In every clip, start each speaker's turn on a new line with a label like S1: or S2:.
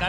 S1: The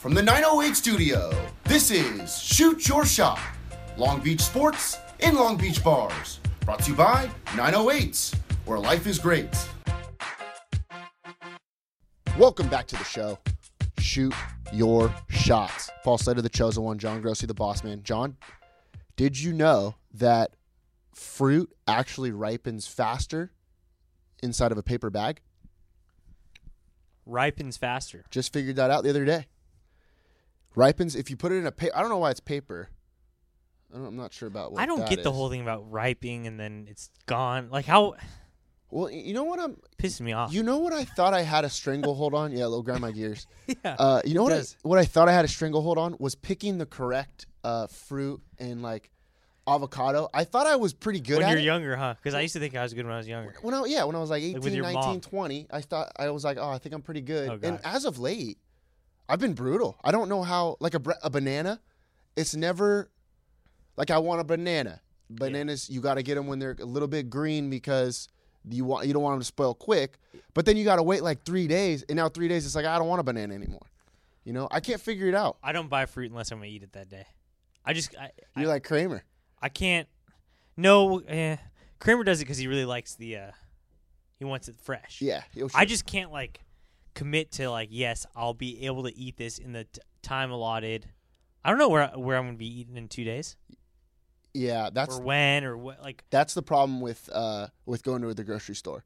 S2: from the 908 studio, this is Shoot Your Shot Long Beach Sports in Long Beach Bars. Brought to you by 908s, where life is great. Welcome back to the show. Shoot Your Shots. Paul Slater, the chosen one, John Grossi, the boss man. John, did you know that fruit actually ripens faster inside of a paper bag?
S3: Ripens faster.
S2: Just figured that out the other day. Ripens if you put it in a paper. I don't know why it's paper. I don't, I'm not sure about what.
S3: I don't
S2: that
S3: get the
S2: is.
S3: whole thing about riping and then it's gone. Like how
S2: Well, y- you know what I'm.
S3: pisses me off.
S2: You know what I thought I had a stranglehold on. Yeah, it'll grind my gears.
S3: yeah.
S2: Uh, you know what? I,
S3: does.
S2: what I thought I had a stranglehold on was picking the correct uh, fruit and like avocado. I thought I was pretty good
S3: when
S2: at
S3: you're
S2: it.
S3: younger, huh? Because I used to think I was good when I was younger.
S2: When I, yeah, when I was like 18,
S3: with your
S2: 19,
S3: mom.
S2: 20, I thought I was like, oh, I think I'm pretty good.
S3: Oh,
S2: and
S3: God.
S2: as of late, I've been brutal. I don't know how like a bre- a banana, it's never like I want a banana. Bananas, you got to get them when they're a little bit green because you want you don't want them to spoil quick. But then you got to wait like 3 days and now 3 days it's like I don't want a banana anymore. You know, I can't figure it out.
S3: I don't buy fruit unless I'm gonna eat it that day. I just I, I,
S2: You're like Kramer.
S3: I can't. No, eh. Kramer does it because he really likes the. uh He wants it fresh.
S2: Yeah. yo,
S3: I
S2: sure.
S3: just can't like commit to like yes, I'll be able to eat this in the t- time allotted. I don't know where where I'm gonna be eating in two days
S2: yeah, that's
S3: or when or what. Like
S2: that's the problem with uh with going to the grocery store.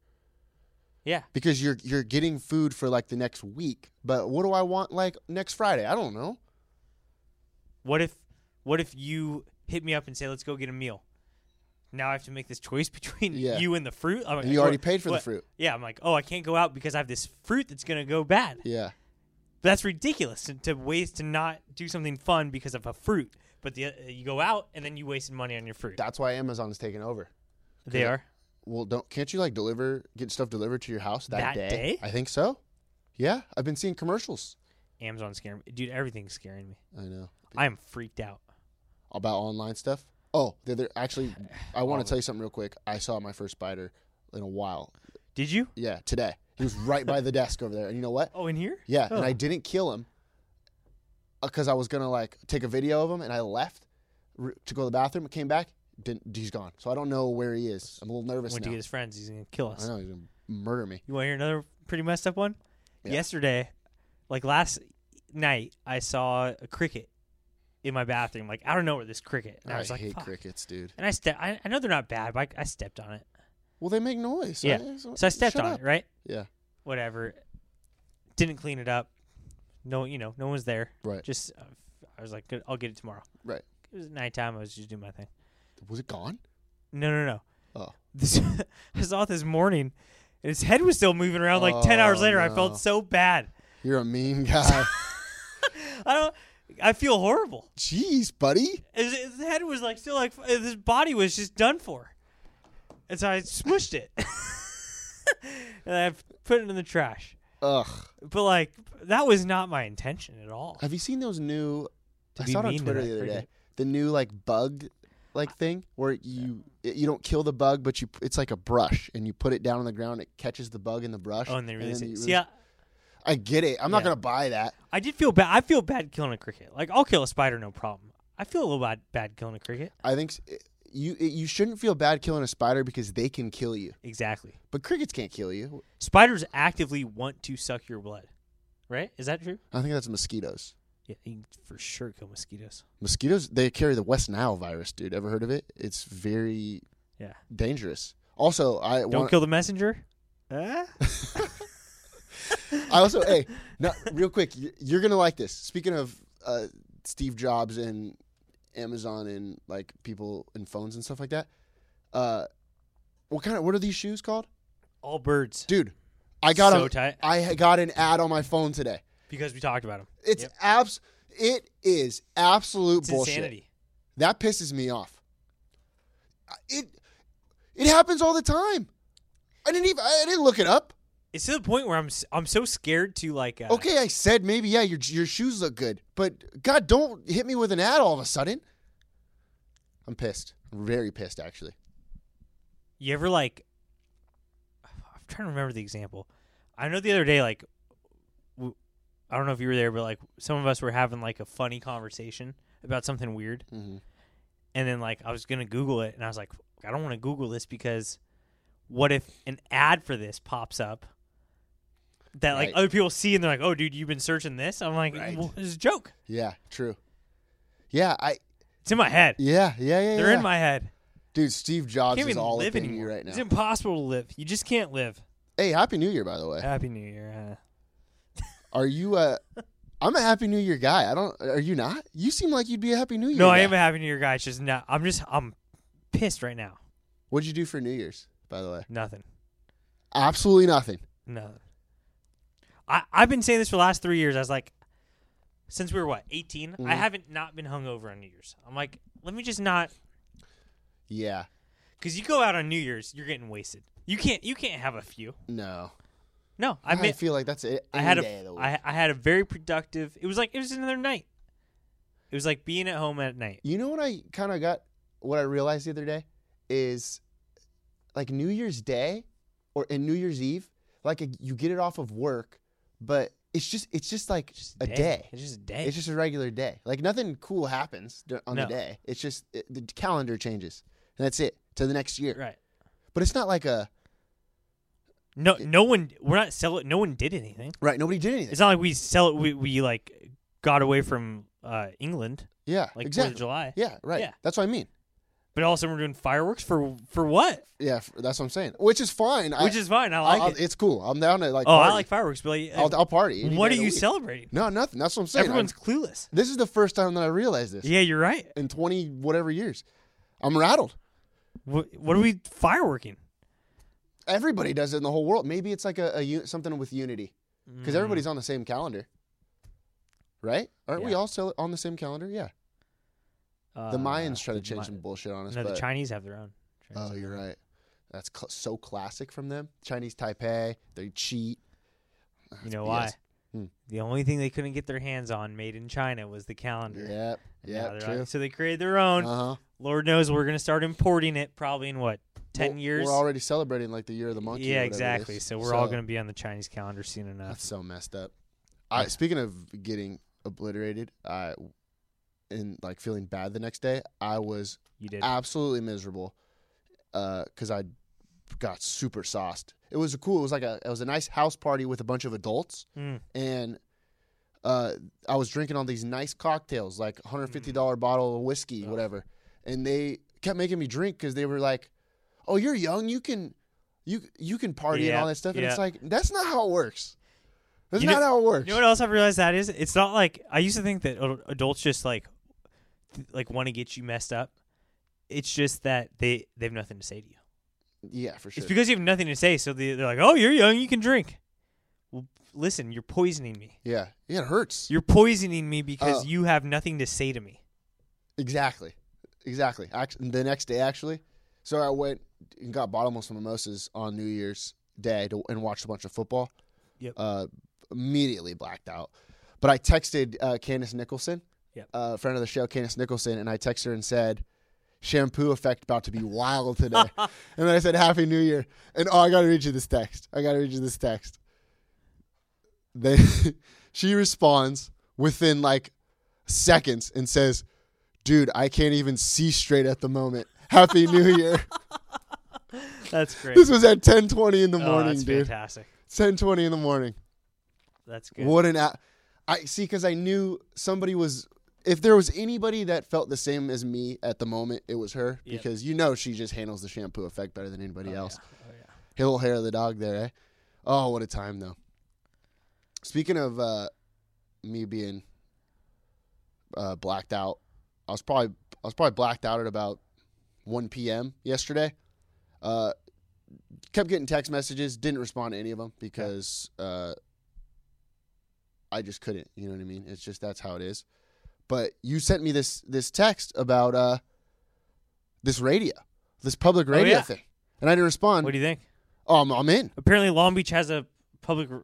S3: yeah,
S2: because you're you're getting food for like the next week. But what do I want like next Friday? I don't know.
S3: what if what if you hit me up and say let's go get a meal? Now I have to make this choice between
S2: Yeah.
S3: you and the fruit. I'm like,
S2: And you already
S3: what-
S2: paid for the
S3: what-
S2: fruit.
S3: Yeah, I'm like, oh, I can't go out because I have this fruit that's gonna go bad.
S2: Yeah,
S3: That's ridiculous to, to waste to not do something fun because of a fruit. But the, uh, you go out and then you wasted money on your fruit.
S2: that's why Amazon is taking over.
S3: They are.
S2: Well, don't can't you like deliver get stuff delivered to your house that,
S3: That day?
S2: I think so. Yeah, I've been seeing commercials.
S3: Amazon's scaring me. Dude, everything's scaring me.
S2: I know
S3: I am freaked out.
S2: about online stuff. Oh, they're, they're actually. I want to tell you something real quick. I saw my first spider in a while.
S3: Did you?
S2: Yeah, today he was right by the desk over there, and you know what?
S3: Oh, in here?
S2: Yeah,
S3: Oh.
S2: and I didn't kill him because I was gonna like take a video of him, and I left r- to go to the bathroom. Came back, didn't, he's gone. So I don't know where he is. I'm a little nervous
S3: Went to
S2: now.
S3: get his friends. He's going to kill
S2: I
S3: us.
S2: know he's gonna murder me.
S3: You want to hear another pretty messed up one?
S2: Yeah.
S3: Yesterday, like last night, I saw a cricket in my bathroom. Like, I don't know where this cricket. And I,
S2: I,
S3: was like,
S2: hate
S3: "Fuck."
S2: crickets, dude.
S3: And I stepped. I, I know they're not bad, but I, I stepped on it.
S2: Well, they make noise.
S3: Yeah. So I stepped
S2: shut
S3: on
S2: up.
S3: it, right?
S2: Yeah,
S3: Whatever. Didn't clean it up. No, you know, no one's there.
S2: Right.
S3: Just, uh, I was like, "Good, I'll get it tomorrow.
S2: right.
S3: It was nighttime. I was just doing my thing.
S2: Was it gone?
S3: No, no, no.
S2: Oh,
S3: this I saw it this morning. and His head was still moving around. Like ten
S2: Oh,
S3: hours later, I
S2: no.
S3: felt so bad.
S2: you're a mean guy.
S3: I don't. I feel horrible.
S2: Jeez, buddy.
S3: His, his head was like still like his body was just done for, and so I smushed it, and I put it in the trash.
S2: Ugh.
S3: But like that was not my intention at all.
S2: Have you seen those new? I
S3: be
S2: saw it on
S3: mean to
S2: Twitter
S3: that
S2: the other day.
S3: cricket.
S2: The new like bug, like thing where you you don't kill the bug, but you it's like a brush and you put it down on the ground. It catches the bug in the brush.
S3: Oh, and they
S2: and
S3: released
S2: then you
S3: it.
S2: release-
S3: See, I,
S2: I get it. I'm not
S3: Yeah.
S2: gonna buy that.
S3: I did feel bad. I feel bad killing a cricket. Like I'll kill a spider, no problem. I feel a little bad bad killing a cricket.
S2: I think s- it- you it, you shouldn't feel bad killing a spider because they can kill you,
S3: Exactly.
S2: but crickets can't kill you.
S3: Spiders actively want to suck your blood, right? Is that true?
S2: I think that's mosquitoes.
S3: Yeah, you can for sure kill mosquitoes.
S2: Mosquitoes they carry the West Nile virus, dude. Ever heard of it? It's very
S3: Yeah.
S2: dangerous. Also, I
S3: Don't
S2: want,
S3: kill the messenger. Eh?
S2: I also, hey, no, real quick, you- you're gonna like this. Speaking of uh, Steve Jobs and Amazon and like people and phones and stuff like that, uh, what kind of what are these shoes called,
S3: All birds.
S2: dude? I got
S3: So
S2: a-
S3: tight.
S2: I ha- got an ad on my phone today.
S3: Because we talked about them.
S2: It's
S3: Yep.
S2: abs. It is absolute
S3: It's
S2: bullshit.
S3: insanity.
S2: That pisses me off. It it happens all the time. I didn't even I didn't look it up.
S3: It's to the point where I'm s- I'm so scared to like. Uh,
S2: Okay, I said maybe yeah, your your shoes look good, but God, don't hit me with an ad all of a sudden. I'm pissed. I'm very pissed actually.
S3: You ever like? I'm trying to remember the example. I know the other day, like, w- I don't know if you were there, but like, some of us were having like a funny conversation about something weird,
S2: Mm-hmm.
S3: and then like, I was gonna Google it, and I was like, I don't want to Google this because, what if an ad for this pops up? That like
S2: Right.
S3: other people see and they're like, "Oh, dude, you've been searching this." I'm like,
S2: Right.
S3: well, "It's a joke.
S2: Yeah, true. Yeah, I
S3: It's in my head.
S2: yeah, yeah, yeah.
S3: They're
S2: yeah.
S3: in my head.
S2: Dude, Steve Jobs
S3: Can't
S2: is
S3: even
S2: all
S3: live
S2: up in you
S3: anymore.
S2: right now.
S3: It's impossible to live. You just can't live."
S2: Hey, happy New Year by the way.
S3: Happy New Year.
S2: Are you a? I'm a Happy New Year guy. I don't. Are you not? You seem like you'd be a Happy New Year.
S3: No, I
S2: guy.
S3: am a Happy New Year guy. It's just not. I'm just. I'm pissed right now.
S2: What'd you do for New Year's? By the way,
S3: Nothing.
S2: absolutely nothing.
S3: Nothing. I I've been saying this for the last three years. I was like, since we were what 18,
S2: Mm-hmm.
S3: I haven't not been hungover on New Year's. I'm like, let me just not.
S2: Yeah.
S3: Because you go out on New Year's, you're getting wasted. You can't. You can't have a few.
S2: No.
S3: No,
S2: I,
S3: I mean,
S2: feel like that's it.
S3: I had
S2: any day of
S3: a.
S2: the week.
S3: I I had a very productive. It was like it was another night. It was like being at home at night.
S2: You know what I kind of got? What I realized the other day is, like New Year's Day, or and New Year's Eve, like a, you get it off of work, but it's just it's just like
S3: Just
S2: a day.
S3: It's just a day.
S2: It's just a regular day. Like nothing cool happens dur- on
S3: No.
S2: the day. It's just it, the calendar changes, and that's it to the next year.
S3: right.
S2: But it's not like a
S3: No, no one. We're not selling. No one did anything.
S2: right. Nobody did anything.
S3: It's not like we sell it. We, we like got away from uh, England,
S2: yeah,
S3: like Fourth
S2: exactly.
S3: of July.
S2: Yeah, right.
S3: Yeah.
S2: That's what I mean.
S3: But also, we're doing fireworks for for what?
S2: Yeah, f- that's what I'm saying. Which is fine. I-
S3: Which is fine. I
S2: I'll-
S3: like
S2: I'll-
S3: it.
S2: It's cool. I'm down to like.
S3: oh, I
S2: party.
S3: like fireworks, but like,
S2: I'll, I'll party. any
S3: what
S2: day
S3: are
S2: of the
S3: you
S2: week.
S3: celebrating?
S2: No, nothing. That's what I'm saying.
S3: Everyone's clueless.
S2: I'm- this is the first time that I realized this
S3: Yeah, you're right.
S2: in 20 whatever years. I'm rattled.
S3: What, what are we fireworking?
S2: Everybody does it in the whole world. Maybe it's like a, a un- something with unity because everybody's on the same calendar, right? Aren't we
S3: Mm. Yeah.
S2: all still on the same calendar? Yeah.
S3: Uh,
S2: The Mayans try to change
S3: Mi-
S2: some bullshit on us.
S3: No, the
S2: but-
S3: Chinese have their own.
S2: Oh, you're right. That's cl- so classic from them. Chinese Taipei, they cheat.
S3: you know
S2: BS.
S3: why?
S2: Hmm.
S3: The only thing they couldn't get their hands on made in China was the calendar.
S2: Yep,
S3: Now
S2: yep,
S3: they're like-
S2: true.
S3: so they created their own.
S2: Uh-huh.
S3: Lord knows we're gonna start importing it probably in what ten
S2: Well,
S3: years.
S2: We're already celebrating like the year of the monkey. or
S3: yeah,
S2: whatever it
S3: exactly.
S2: is.
S3: So we're all gonna be on the Chinese calendar soon enough.
S2: That's so messed up. I speaking of getting obliterated, I and like feeling bad the next day, I was
S3: You did.
S2: absolutely miserable because I got super sauced. It was a cool. It was like a it was a nice house party with a bunch of adults,
S3: Mm.
S2: and uh, I was drinking all these nice cocktails, like hundred fifty
S3: Mm.
S2: dollar bottle of whiskey, whatever. And they kept making me drink because they were like, "Oh, you're young. You can." You, you can party and
S3: Yeah,
S2: all that stuff, and it's
S3: yeah.
S2: like that's not how it works. That's
S3: You
S2: not
S3: know-
S2: how it works.
S3: You know what else I've realized that is? It's not like I used to think that ad- adults just like th- like want to get you messed up. It's just that they they have nothing to say to you.
S2: yeah, for sure.
S3: It's because you have nothing to say, so they, they're like, "Oh, you're young, you can drink." Well, listen, you're poisoning me.
S2: yeah, yeah, it hurts.
S3: You're poisoning me because
S2: Oh.
S3: you have nothing to say to me.
S2: Exactly. Exactly. Act- the next day, actually. So I went and got bottomless mimosas on New Year's Day to, and watched a bunch of football.
S3: Yep.
S2: Uh, immediately blacked out. But I texted uh, Candace Nicholson,
S3: Yep.
S2: uh, friend of the show, Candace Nicholson, and I texted her and said, Shampoo effect about to be wild today. and then I said, Happy New Year. And oh, I got to read you this text. I got to read you this text. They, she responds within like seconds and says, dude, I can't even see straight at the moment. Happy New Year.
S3: That's great.
S2: this was at 10:20 in the
S3: Oh,
S2: morning,
S3: that's
S2: dude.
S3: fantastic.
S2: 10:20 in the morning.
S3: That's good.
S2: What an a- I see cuz I knew somebody was if there was anybody that felt the same as me at the moment, it was her
S3: Yep.
S2: because you know she just handles the shampoo effect better than anybody else.
S3: Oh, yeah.
S2: Hill hair of the dog there, eh? Oh, what a time though. Speaking of uh, me being uh, blacked out, I was probably I was probably blacked out at about one p.m. yesterday. Uh, kept getting text messages, didn't respond to any of them because uh, I just couldn't. You know what I mean? It's just that's how it is. but you sent me this this text about uh this radio, this public radio
S3: Oh, yeah.
S2: thing, and I didn't respond.
S3: What do you think?
S2: oh, I'm, I'm in.
S3: Apparently, Long Beach has a public, r- r-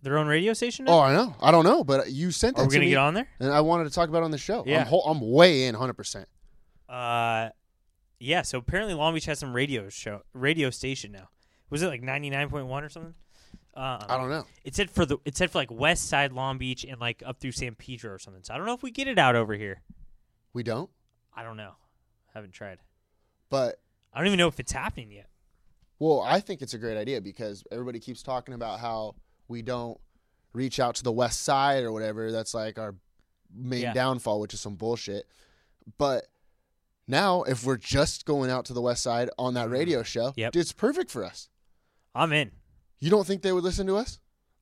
S3: their own radio station. Now?
S2: Oh, I know. I don't know, but you sent that
S3: are we
S2: to
S3: gonna
S2: me,
S3: get on there?
S2: and I wanted to talk about it on the show.
S3: Yeah.
S2: I'm, whole, I'm way in, hundred percent.
S3: Uh, yeah. So apparently, Long Beach has some radio show, radio station now. Was it like ninety nine point one or something? Uh,
S2: I don't know.
S3: It said for the it said for like West Side Long Beach and like up through San Pedro or something. So I don't know if we get it out over here.
S2: We don't,
S3: I don't know. haven't tried.
S2: but
S3: I don't even know if it's happening yet.
S2: Well, I think it's a great idea because everybody keeps talking about how we don't reach out to the west side or whatever. That's like our main
S3: Yeah.
S2: downfall, which is some bullshit. But now, if we're just going out to the west side on that radio show,
S3: Mm. Yep.
S2: dude, it's perfect for us.
S3: I'm in.
S2: You don't think they would listen to us?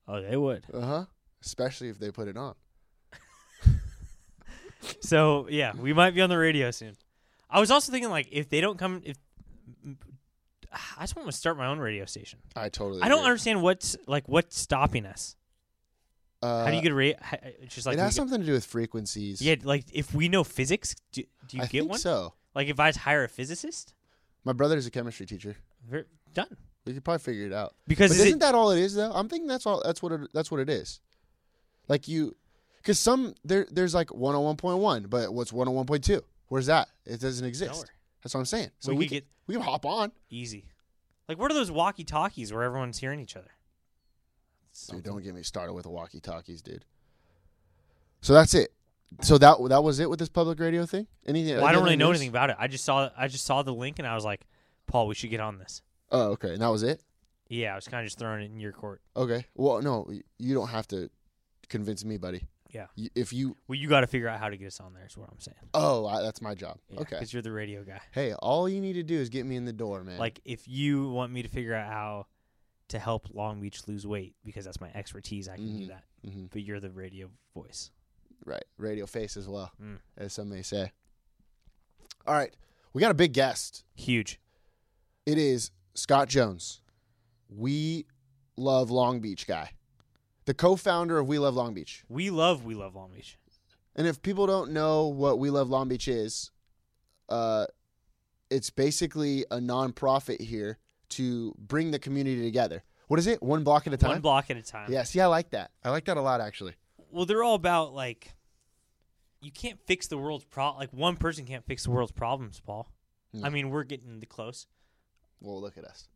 S3: Oh, they would.
S2: Uh huh. Especially if they put it on.
S3: So yeah, we might be on the radio soon. I was also thinking like if they don't come, if I just want to start my own radio station.
S2: I totally.
S3: I don't
S2: agree.
S3: understand what's like what's stopping us.
S2: Uh,
S3: How do you get a rate? It's just like
S2: it
S3: we
S2: has
S3: get-
S2: something to do with frequencies.
S3: yeah, like if we know physics, do, do you
S2: I
S3: get
S2: think
S3: one?
S2: so.
S3: Like if I hire a physicist,
S2: My brother's a chemistry teacher.
S3: ver- done.
S2: We could probably figure it out.
S3: Because
S2: But
S3: is
S2: isn't
S3: it-
S2: that all it is though? I'm thinking that's all that's what it, that's what it is. Like you, because some there there's like 101.1, but what's 101.2? Where's that? It doesn't exist.
S3: Nowhere.
S2: That's what I'm saying. So
S3: We
S2: we,
S3: could
S2: can,
S3: get-
S2: we can hop on.
S3: Easy. Like what are those walkie talkies where everyone's hearing each other?
S2: Dude, don't get me started with the walkie talkies, dude. So that's it. So that that was it with this public radio thing. Anything?
S3: Well, I
S2: any
S3: don't
S2: other
S3: really know
S2: news?
S3: anything about it. I just saw I just saw the link and I was like, Paul, we should get on this.
S2: Oh, okay. And that was it.
S3: Yeah, I was kind of just throwing it in your court.
S2: Okay. Well, no, y- you don't have to convince me, buddy.
S3: Yeah.
S2: Y- If you,
S3: Well, you got to figure out how to get us on there. Is what I'm saying.
S2: oh, I, that's my job. okay.
S3: Because you're the radio guy.
S2: Hey, all you need to do is get me in the door, man.
S3: Like, if you want me to figure out how to help Long Beach lose weight, because that's my expertise, I can
S2: Mm-hmm.
S3: do that. But you're the radio voice.
S2: Right. Radio face as well, as some may say. All right. We got a big guest.
S3: Huge.
S2: It is Scott Jones. We love Long Beach guy. The co-founder of We Love Long Beach.
S3: We love, we love Long Beach.
S2: And if people don't know what We Love Long Beach is, uh it's basically a nonprofit here to bring the community together. What is it? One block at a time?
S3: One block at a time.
S2: Yeah, see I like that. I like that a lot actually.
S3: Well, they're all about like, you can't fix the world's problem. Like one person can't fix the world's problems, Paul.
S2: Hmm.
S3: I mean, we're getting the close.
S2: Well, look at us.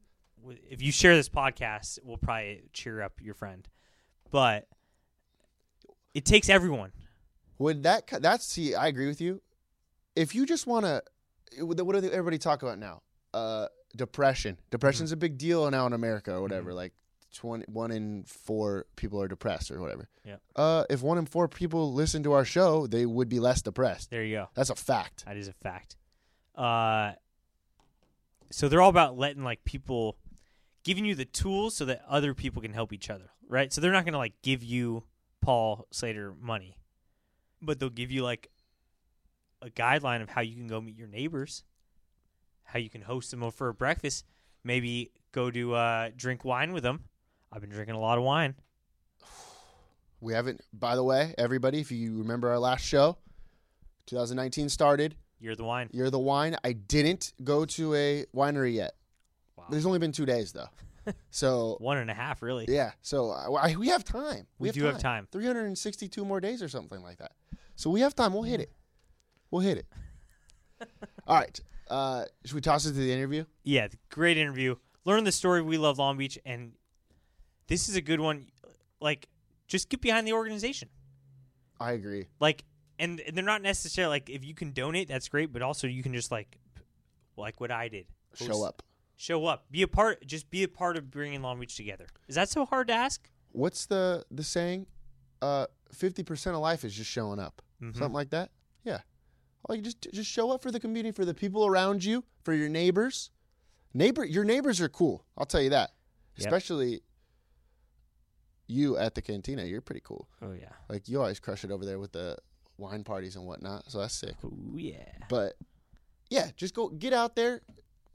S3: w- If you share this podcast, we'll probably cheer up your friend. But it takes everyone.
S2: Would that co- that's see? I agree with you. If you just want to, what do everybody talk about now? Uh, depression. Depression's a big deal now in America or whatever. Like twenty one in four people are depressed or whatever.
S3: Yep.
S2: Uh, if one in four people listen to our show, they would be less depressed.
S3: There you go.
S2: That's a fact.
S3: That is a fact. Uh, so they're all about letting like people giving you the tools so that other people can help each other, right? So they're not gonna like give you Paul Slater money, but they'll give you like a guideline of how you can go meet your neighbors, how you can host them over for a breakfast, maybe go to uh, drink wine with them. I've been drinking a lot of wine.
S2: We haven't. By the way, everybody, if you remember our last show, 2019 started.
S3: You're the wine.
S2: You're the wine. I didn't go to a winery yet. There's only been two days though, so
S3: One and a half, really.
S2: Yeah. So uh, well, I, we have time.
S3: We do have time.
S2: 362 more days or something like that. So we have time. We'll hit it. We'll hit it. All right. Uh, should we toss it to the interview?
S3: yeah, great interview. Learn the story of we love Long Beach, and this is a good one. Like, just get behind the organization.
S2: I agree.
S3: Like, and, and they're not necessarily like if you can donate, that's great, but also you can just like, like what I did,
S2: Show up.
S3: show up, be a part, just be a part of bringing Long Beach together. Is that so hard to ask?
S2: What's the the saying? Uh, Fifty percent of life is just showing up.
S3: Mm-hmm.
S2: Something like that. Yeah. Like just just show up for the community, for the people around you, for your neighbors. Neighbor, your neighbors are cool. I'll tell you that.
S3: Yep.
S2: Especially you at the cantina. You're pretty cool.
S3: Oh yeah,
S2: Like you always crush it over there with the wine parties and whatnot. So that's sick.
S3: oh yeah.
S2: But yeah, just go get out there,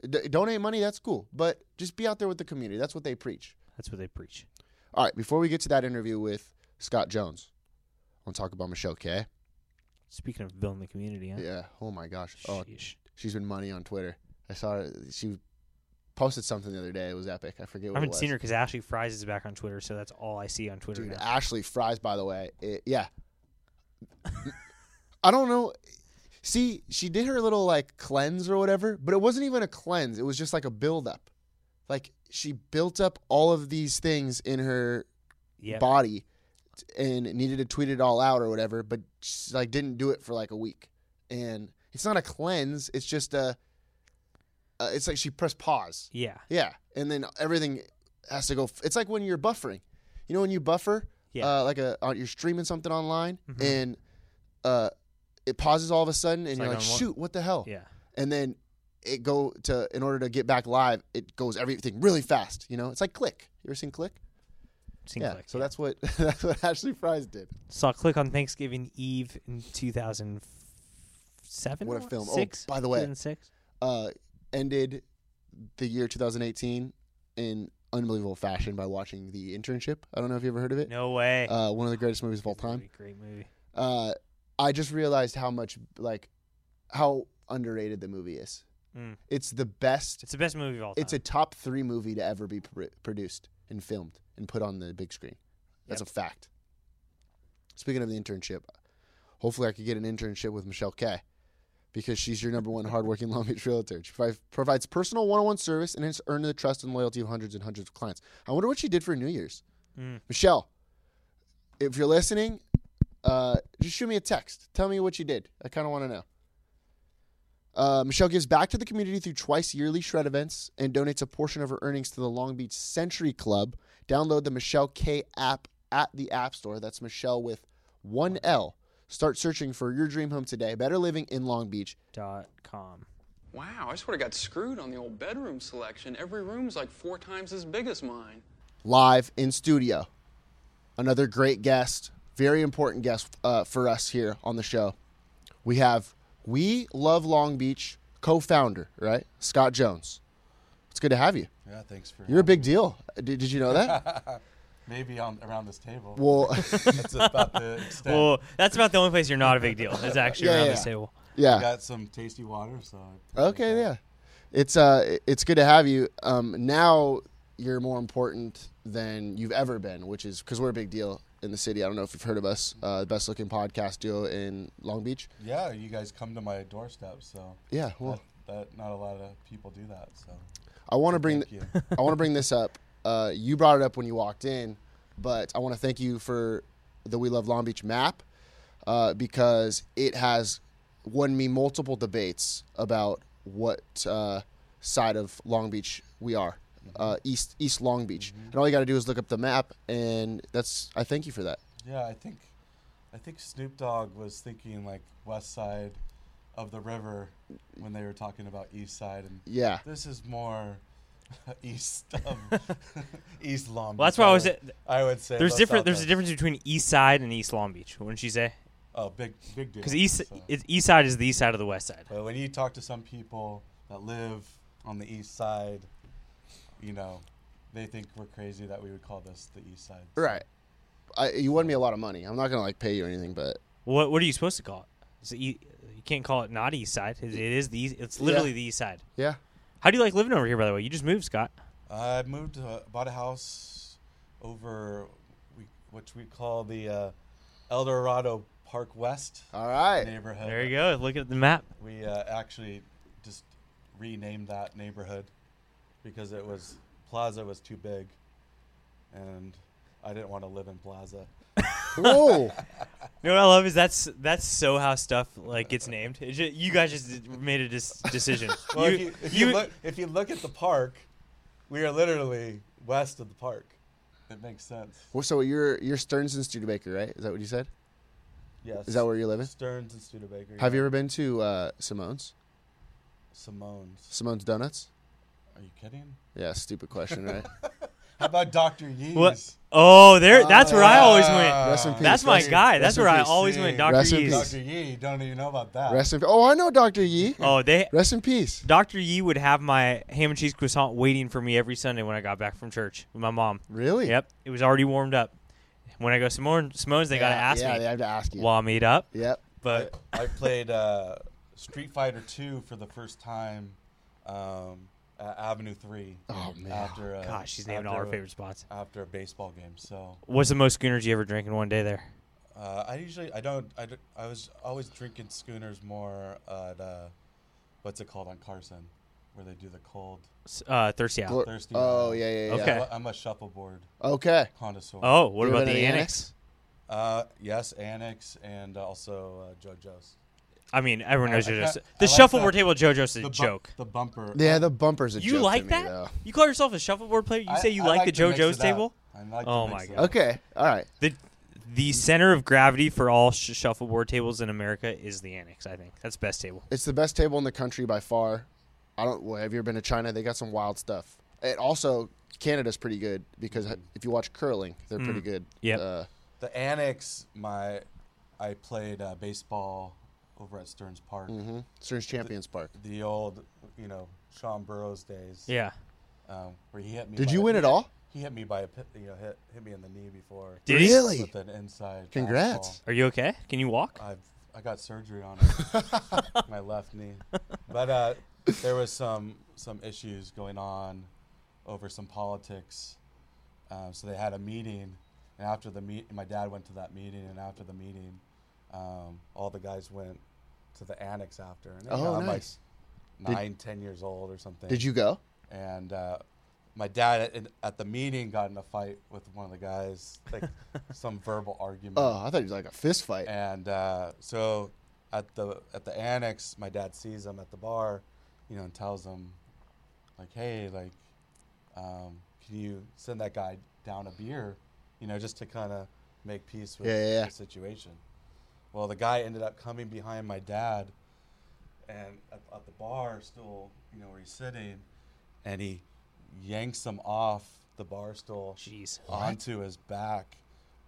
S2: D- donate money. That's cool. But just be out there with the community. That's what they preach.
S3: That's what they preach.
S2: All right. Before we get to that interview with Scott Jones, I want to talk about Michelle K.
S3: Speaking of building the community, huh?
S2: Yeah. Oh my gosh. Oh,
S3: Sheesh.
S2: she's been money on Twitter. I saw her, she posted something the other day. It was epic. I forget
S3: I
S2: what Oh, it
S3: haven't
S2: was.
S3: seen her because Ashley Fries is back on Twitter, so that's all I see on Twitter
S2: Dude,
S3: now.
S2: Ashley Fries, by the way. It, yeah. I don't know. See, she did her little like cleanse or whatever, but it wasn't even a cleanse. It was just like a build up. Like she built up all of these things in her
S3: Yep.
S2: body and needed to tweet it all out or whatever, but she, like didn't do it for like a week. And it's not a cleanse, it's just a uh, it's like she pressed pause.
S3: yeah.
S2: Yeah, and then everything has to go. f- It's like when you're buffering. You know when you buffer,
S3: Yeah. Mm-hmm.
S2: uh, like a uh, you're streaming something online and uh, it pauses all of a sudden, and
S3: It's
S2: you're
S3: like
S2: like,
S3: on one-
S2: shoot, what the hell?
S3: Yeah.
S2: And then it go to in order to get back live, it goes everything really fast. You know, it's like click. You ever seen click?
S3: Seems
S2: yeah.
S3: like
S2: so
S3: it.
S2: that's what that's what Ashley Fries did.
S3: saw Click on Thanksgiving Eve in 2007.
S2: What a film. Oh,
S3: Six?
S2: by the way.
S3: 2006?
S2: Uh, ended the year 2018 in unbelievable fashion by watching the internship. I don't know if you ever heard of it.
S3: No way.
S2: Uh, one of the greatest movies of all time.
S3: Great movie.
S2: uh, I just realized how much like how underrated the movie is.
S3: Mm.
S2: It's the best.
S3: It's the best movie of all time.
S2: It's a top three movie to ever be pr- produced and filmed and put on the big screen. That's a fact. Speaking of the internship, hopefully I could get an internship with Michelle Kay because she's your number one hardworking Long Beach realtor. She provi- provides personal one-on-one service and has earned the trust and loyalty of hundreds and hundreds of clients. I wonder what she did for New Year's.
S3: Mm.
S2: Michelle, if you're listening, uh, just shoot me a text. Tell me what you did. I kind of want to know. Uh, Michelle gives back to the community through twice yearly shred events and donates a portion of her earnings to the Long Beach Century Club. Download the Michelle K app at the App Store. That's Michelle with one L. Start searching for your dream home today. Better living in Long Beach.
S3: dot com.
S4: Wow, I swear I got screwed on the old bedroom selection. Every room's like four times as big as mine.
S2: live in studio. Another great guest, very important guest uh, for us here on the show. We have We Love Long Beach co-founder, right? Scott Jones. It's good to have you.
S5: Yeah, thanks for.
S2: You're a big deal. Did, did you know that?
S5: maybe on around this table.
S2: Well,
S5: That's about the extent.
S3: Well, that's about the only place you're not a big deal. It's actually
S2: Yeah,
S3: around
S2: yeah,
S3: this
S2: yeah.
S3: table.
S5: I
S2: yeah.
S5: got some tasty water, so. I-
S2: Okay, yeah. It's uh, it's good to have you. Um, now you're more important than you've ever been, which is because we're a big deal in the city. I don't know if you've heard of us, uh, the best looking podcast duo in Long Beach.
S5: Yeah, you guys come to my doorstep, so.
S2: Yeah, well.
S5: That, that not a lot of people do that, so.
S2: I want to bring
S5: Thank you.
S2: I want to bring this up. Uh, you brought it up when you walked in, but I want to thank you for the We Love Long Beach map uh, because it has won me multiple debates about what uh, side of Long Beach we are,
S5: Mm-hmm.
S2: uh, East East Long Beach, and all you got to do is look up the map, and that's I thank you for that.
S5: Yeah, I think, I think Snoop Dogg was thinking like west side of the river when they were talking about east side, and
S2: Yeah,
S5: this is more east of East Long.
S3: Well, that's
S5: Beach,
S3: why I
S5: would-
S3: was-
S5: I would say
S3: There's
S5: Los
S3: different. There's a
S5: Altos.
S3: difference between East Side and East Long Beach, wouldn't you say?
S5: Oh, big, big deal.
S3: Because East
S5: so.
S3: it's- East Side is the East Side of the West Side.
S5: But when you talk to some people that live on the east side, you know, they think we're crazy that we would call this the east side.
S2: right. I, you won me a lot of money. I'm not gonna like pay you anything, but
S3: What What are you supposed to call it? Is it e- you can't call it not East Side. It it is the. East, it's literally the East Side.
S2: yeah,
S3: How do you like living over here? By the way, you just moved, Scott.
S5: I moved, to, bought a house over, we, which we call the uh, El Dorado Park West
S2: all right.
S5: neighborhood.
S3: There you go. Look at the map.
S5: We uh, actually just renamed that neighborhood because it was Plaza was too big, and I didn't want to live in Plaza.
S2: Whoa.
S3: You know what I love is that's that's so how stuff like gets named. It ju- you guys just made a dis- decision.
S5: Well,
S3: you,
S5: if, you, if you
S3: you-
S5: look, if you look at the park, we are literally west of the park. It makes sense.
S2: Well, so you're you're Stearns and Studebaker, right? Is that what you said?
S5: Yes.
S2: Is that where you're living?
S5: Stearns and Studebaker.
S2: Have you
S5: yeah.
S2: ever been to uh, Simone's?
S5: Simone's?
S2: Simone's Donuts?
S5: Are you kidding?
S2: Yeah, stupid question, right?
S5: How about Dr. Yee's?
S3: what? Oh,
S5: Ah.
S3: there. That's where I always
S5: Uh,
S3: went.
S2: Rest in peace.
S3: That's my
S2: rest in-
S3: guy.
S2: rest
S3: That's
S2: in
S3: where I
S2: peace.
S3: always went. Dr.
S2: Rest in
S3: Yee's.
S5: Dr. Yee, don't even know about that.
S2: Rest in. Oh, I know Doctor Yee.
S3: Oh, they.
S2: Rest in peace.
S3: Dr. Yee would have my ham and cheese croissant waiting for me every Sunday when I got back from church with my mom.
S2: Really?
S3: Yep, it was already warmed up. When I go Simone, Simone's, they gotta
S2: Yeah,
S3: ask
S2: yeah,
S3: me,
S2: they have to ask you.
S3: "Warm it up."
S2: Yep.
S3: But
S5: I played uh, Street Fighter Two for the first time um, at Avenue Three.
S2: Oh, man.
S5: After a,
S3: gosh, she's naming all
S5: after
S3: our
S5: a-
S3: favorite spots.
S5: After a baseball game, so
S3: What's the most schooners you ever drank in one day there?
S5: uh, I usually I don't I, don't- I was always drinking schooners more at uh, what's it called on Carson, where they do the cold
S3: S- Uh, thirsty owl.
S2: Glor-
S5: thirsty.
S2: oh
S5: one.
S2: yeah, yeah, yeah.
S3: Okay.
S5: I'm a- I'm a shuffleboard
S2: Okay.
S5: connoisseur.
S3: Oh, what
S2: You
S3: about
S2: ever
S3: the
S2: been to the
S3: annex?
S5: Uh, yes, Annex and also uh, JoJo's.
S3: I mean, everyone
S5: I-
S3: knows
S5: I
S3: JoJo's.
S5: ca-
S3: The
S5: I like
S3: shuffleboard
S5: the-
S3: table at JoJo's is
S5: The
S3: a
S5: bu-
S3: joke.
S5: The bumper.
S2: Yeah, the bumpers. A
S3: You
S2: joke
S3: like
S2: to me,
S3: that?
S2: though.
S3: You call yourself a shuffleboard player? You
S5: I-
S3: say you
S5: I
S3: like, the
S5: to mix
S3: JoJo's
S5: it up.
S3: table?
S5: I like to
S3: Oh
S5: mix
S3: my
S5: it
S3: God.
S5: up.
S2: Okay. All right.
S3: The the center of gravity for all sh- shuffleboard tables in America is the annex. I think that's best table.
S2: It's the best table in the country by far. I don't. Well, have you ever been to China? They got some wild stuff. It also Canada's pretty good because if you watch curling, they're pretty good.
S3: Mm. Yep.
S2: Uh,
S5: The Annex, my, I played uh, baseball over at Stearns Park.
S2: Stearns Champions Park.
S5: The old, you know, Sean Burroughs days.
S3: Yeah.
S5: Um, where he hit me.
S2: Did
S5: by
S2: you
S5: a-
S2: win at all?
S5: He hit me by a, pi- you know, hit hit me in the knee before.
S3: Did he?
S5: With an inside.
S2: Congrats.
S5: fastball.
S3: Are you okay? Can you walk?
S5: I've I got surgery on it, my left knee, but uh, there was some some issues going on over some politics. Um, so they had a meeting, and after the meet, my dad went to that meeting, and after the meeting, um, all the guys went to the annex after. And you
S2: Oh,
S5: know, I'm
S2: nice.
S5: like nine, ten years old or something.
S2: Did you go?
S5: And uh, my dad at, at the meeting got in a fight with one of the guys, like some verbal argument
S2: Oh, I thought it was like a fist fight.
S5: and uh, so at the at the annex, my dad sees him at the bar, you know, and tells him, like, hey, like, um, can you send that guy down a beer, you know, just to kind of make peace with
S2: Yeah, yeah, yeah.
S5: the situation. Well, the guy ended up coming behind my dad, and at, at the bar, still, you know, where he's sitting, and he yanks him off the bar stool
S3: Jeez.
S5: onto his back.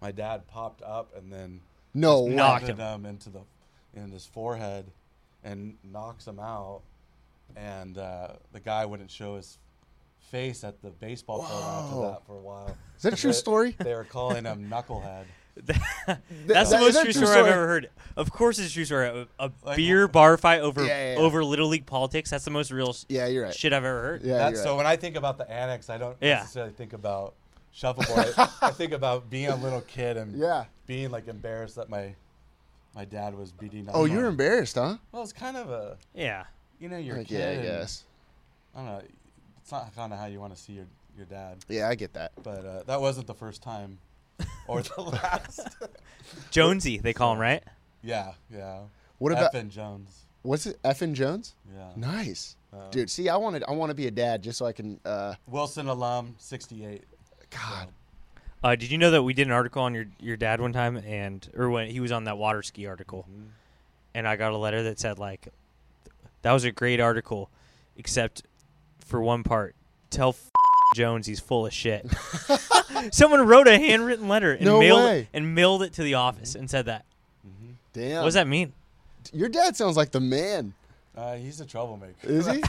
S5: My dad popped up and then
S2: No
S5: just
S2: way.
S3: Knocked
S5: pounded him into the in his forehead and knocks him out. And uh, the guy wouldn't show his face at the baseball field after that for a while.
S2: Is that a true
S5: They-
S2: story?
S5: They were calling him knucklehead.
S3: That's the
S2: that-
S3: most
S2: that true
S3: true story, I've
S2: story?
S3: ever heard. Of course, it's a true story. A, a
S5: Like-
S3: beer bar fight over
S2: Yeah, yeah, yeah.
S3: over little league politics. That's the most real s-
S2: Yeah, you're right.
S3: shit I've ever heard.
S2: Yeah,
S5: That,
S2: you're
S5: So
S2: right.
S5: when I think about the annex, I don't
S3: Yeah.
S5: necessarily think about shuffleboard. I, I think about being a little kid and
S2: Yeah.
S5: being like embarrassed that my my dad was beating. up
S2: Oh,
S5: on-
S2: you're embarrassed, huh?
S5: Well, it's kind of a
S3: Yeah.
S5: you know you're a
S2: Like,
S5: kid.
S2: yeah, I
S5: and-
S2: guess.
S5: I don't know. It's not kind of how you want to see your your dad,
S2: Yeah, I get that.
S5: but uh, that wasn't the first time, or the last.
S3: Jonesy, they call him, right?
S5: yeah, yeah.
S2: What about-
S5: Effin Jones?
S2: What's it? Effin Jones?
S5: Yeah.
S2: Nice, dude. See, I wanted. I want to be a dad just so I can. Uh,
S5: Wilson alum, sixty-eight.
S2: God,
S3: Uh, did you know that we did an article on your your dad one time, and or when he was on that water ski article,
S2: Mm-hmm.
S3: and I got a letter that said like, that was a great article, except for one part. Tell f- Jones he's full of shit. Someone wrote a handwritten letter and
S2: No
S3: mailed
S2: way.
S3: and mailed it to the office and said that.
S2: damn.
S3: What does that mean?
S2: Your dad sounds like the man.
S5: Uh, he's a troublemaker.
S2: Is he?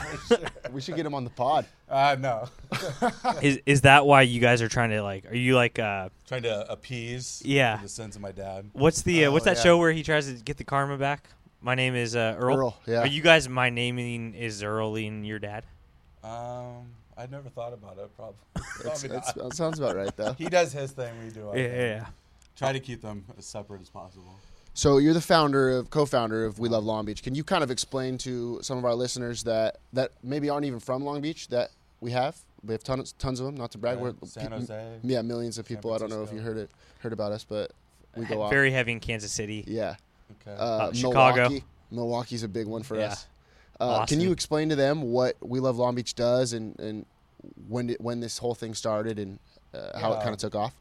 S2: we should get him on the pod.
S5: Uh, no,
S3: Is is that why you guys are trying to like? Are you like? uh
S5: trying to appease.
S3: Yeah.
S5: The sins of my dad.
S3: What's the uh, what's
S2: Oh,
S3: that
S2: yeah.
S3: show where he tries to get the karma back? My name is uh, Earl.
S2: Earl, yeah.
S3: Are you guys my naming is Earl and your dad?
S5: Um, I never thought about it. Probably.
S2: That's,
S5: probably
S2: that's,
S5: not.
S2: that sounds about right, though.
S5: He does his thing. We do. our
S3: Yeah,
S5: thing.
S3: yeah, yeah.
S5: Try to keep them as separate as possible.
S2: So you're the founder of co-founder of We Love Long Beach. Can you kind of explain to some of our listeners that that maybe aren't even from Long Beach that we have? We have tons tons of them. Not to brag,
S5: Yeah,
S2: we're
S5: San Jose,
S2: Yeah, millions of people. I don't know if you
S5: Francisco.
S2: heard it heard about us, but we go off.
S3: Very heavy in Kansas City.
S2: yeah,
S5: Okay.
S2: uh,
S3: Chicago.
S2: Milwaukee. Milwaukee's a big one for
S3: Yeah.
S2: us. Uh, can
S3: Austin.
S2: you explain to them what We Love Long Beach does and and when it, when this whole thing started and uh, how it
S5: Yeah.
S2: kind of took off?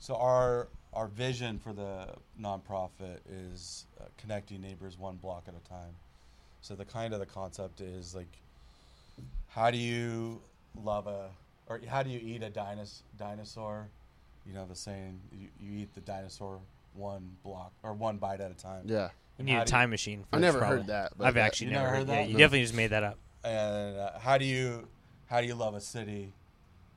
S5: So our our vision for the nonprofit is uh, connecting neighbors one block at a time. So the kind of the concept is like, how do you love a or how do you eat a dinos, dinosaur? You know the saying, you, you eat the dinosaur one block or one bite at a time.
S2: Yeah.
S3: You need
S5: How
S3: a
S5: do you-
S3: time machine. For
S2: I
S3: this,
S2: never
S3: probably.
S2: heard that, but
S3: I've
S2: that-
S3: actually
S5: You never
S3: heard
S5: heard
S3: Yeah,
S5: that?
S3: you
S5: No.
S3: definitely just made that up.
S5: and uh, how do you how do you love a city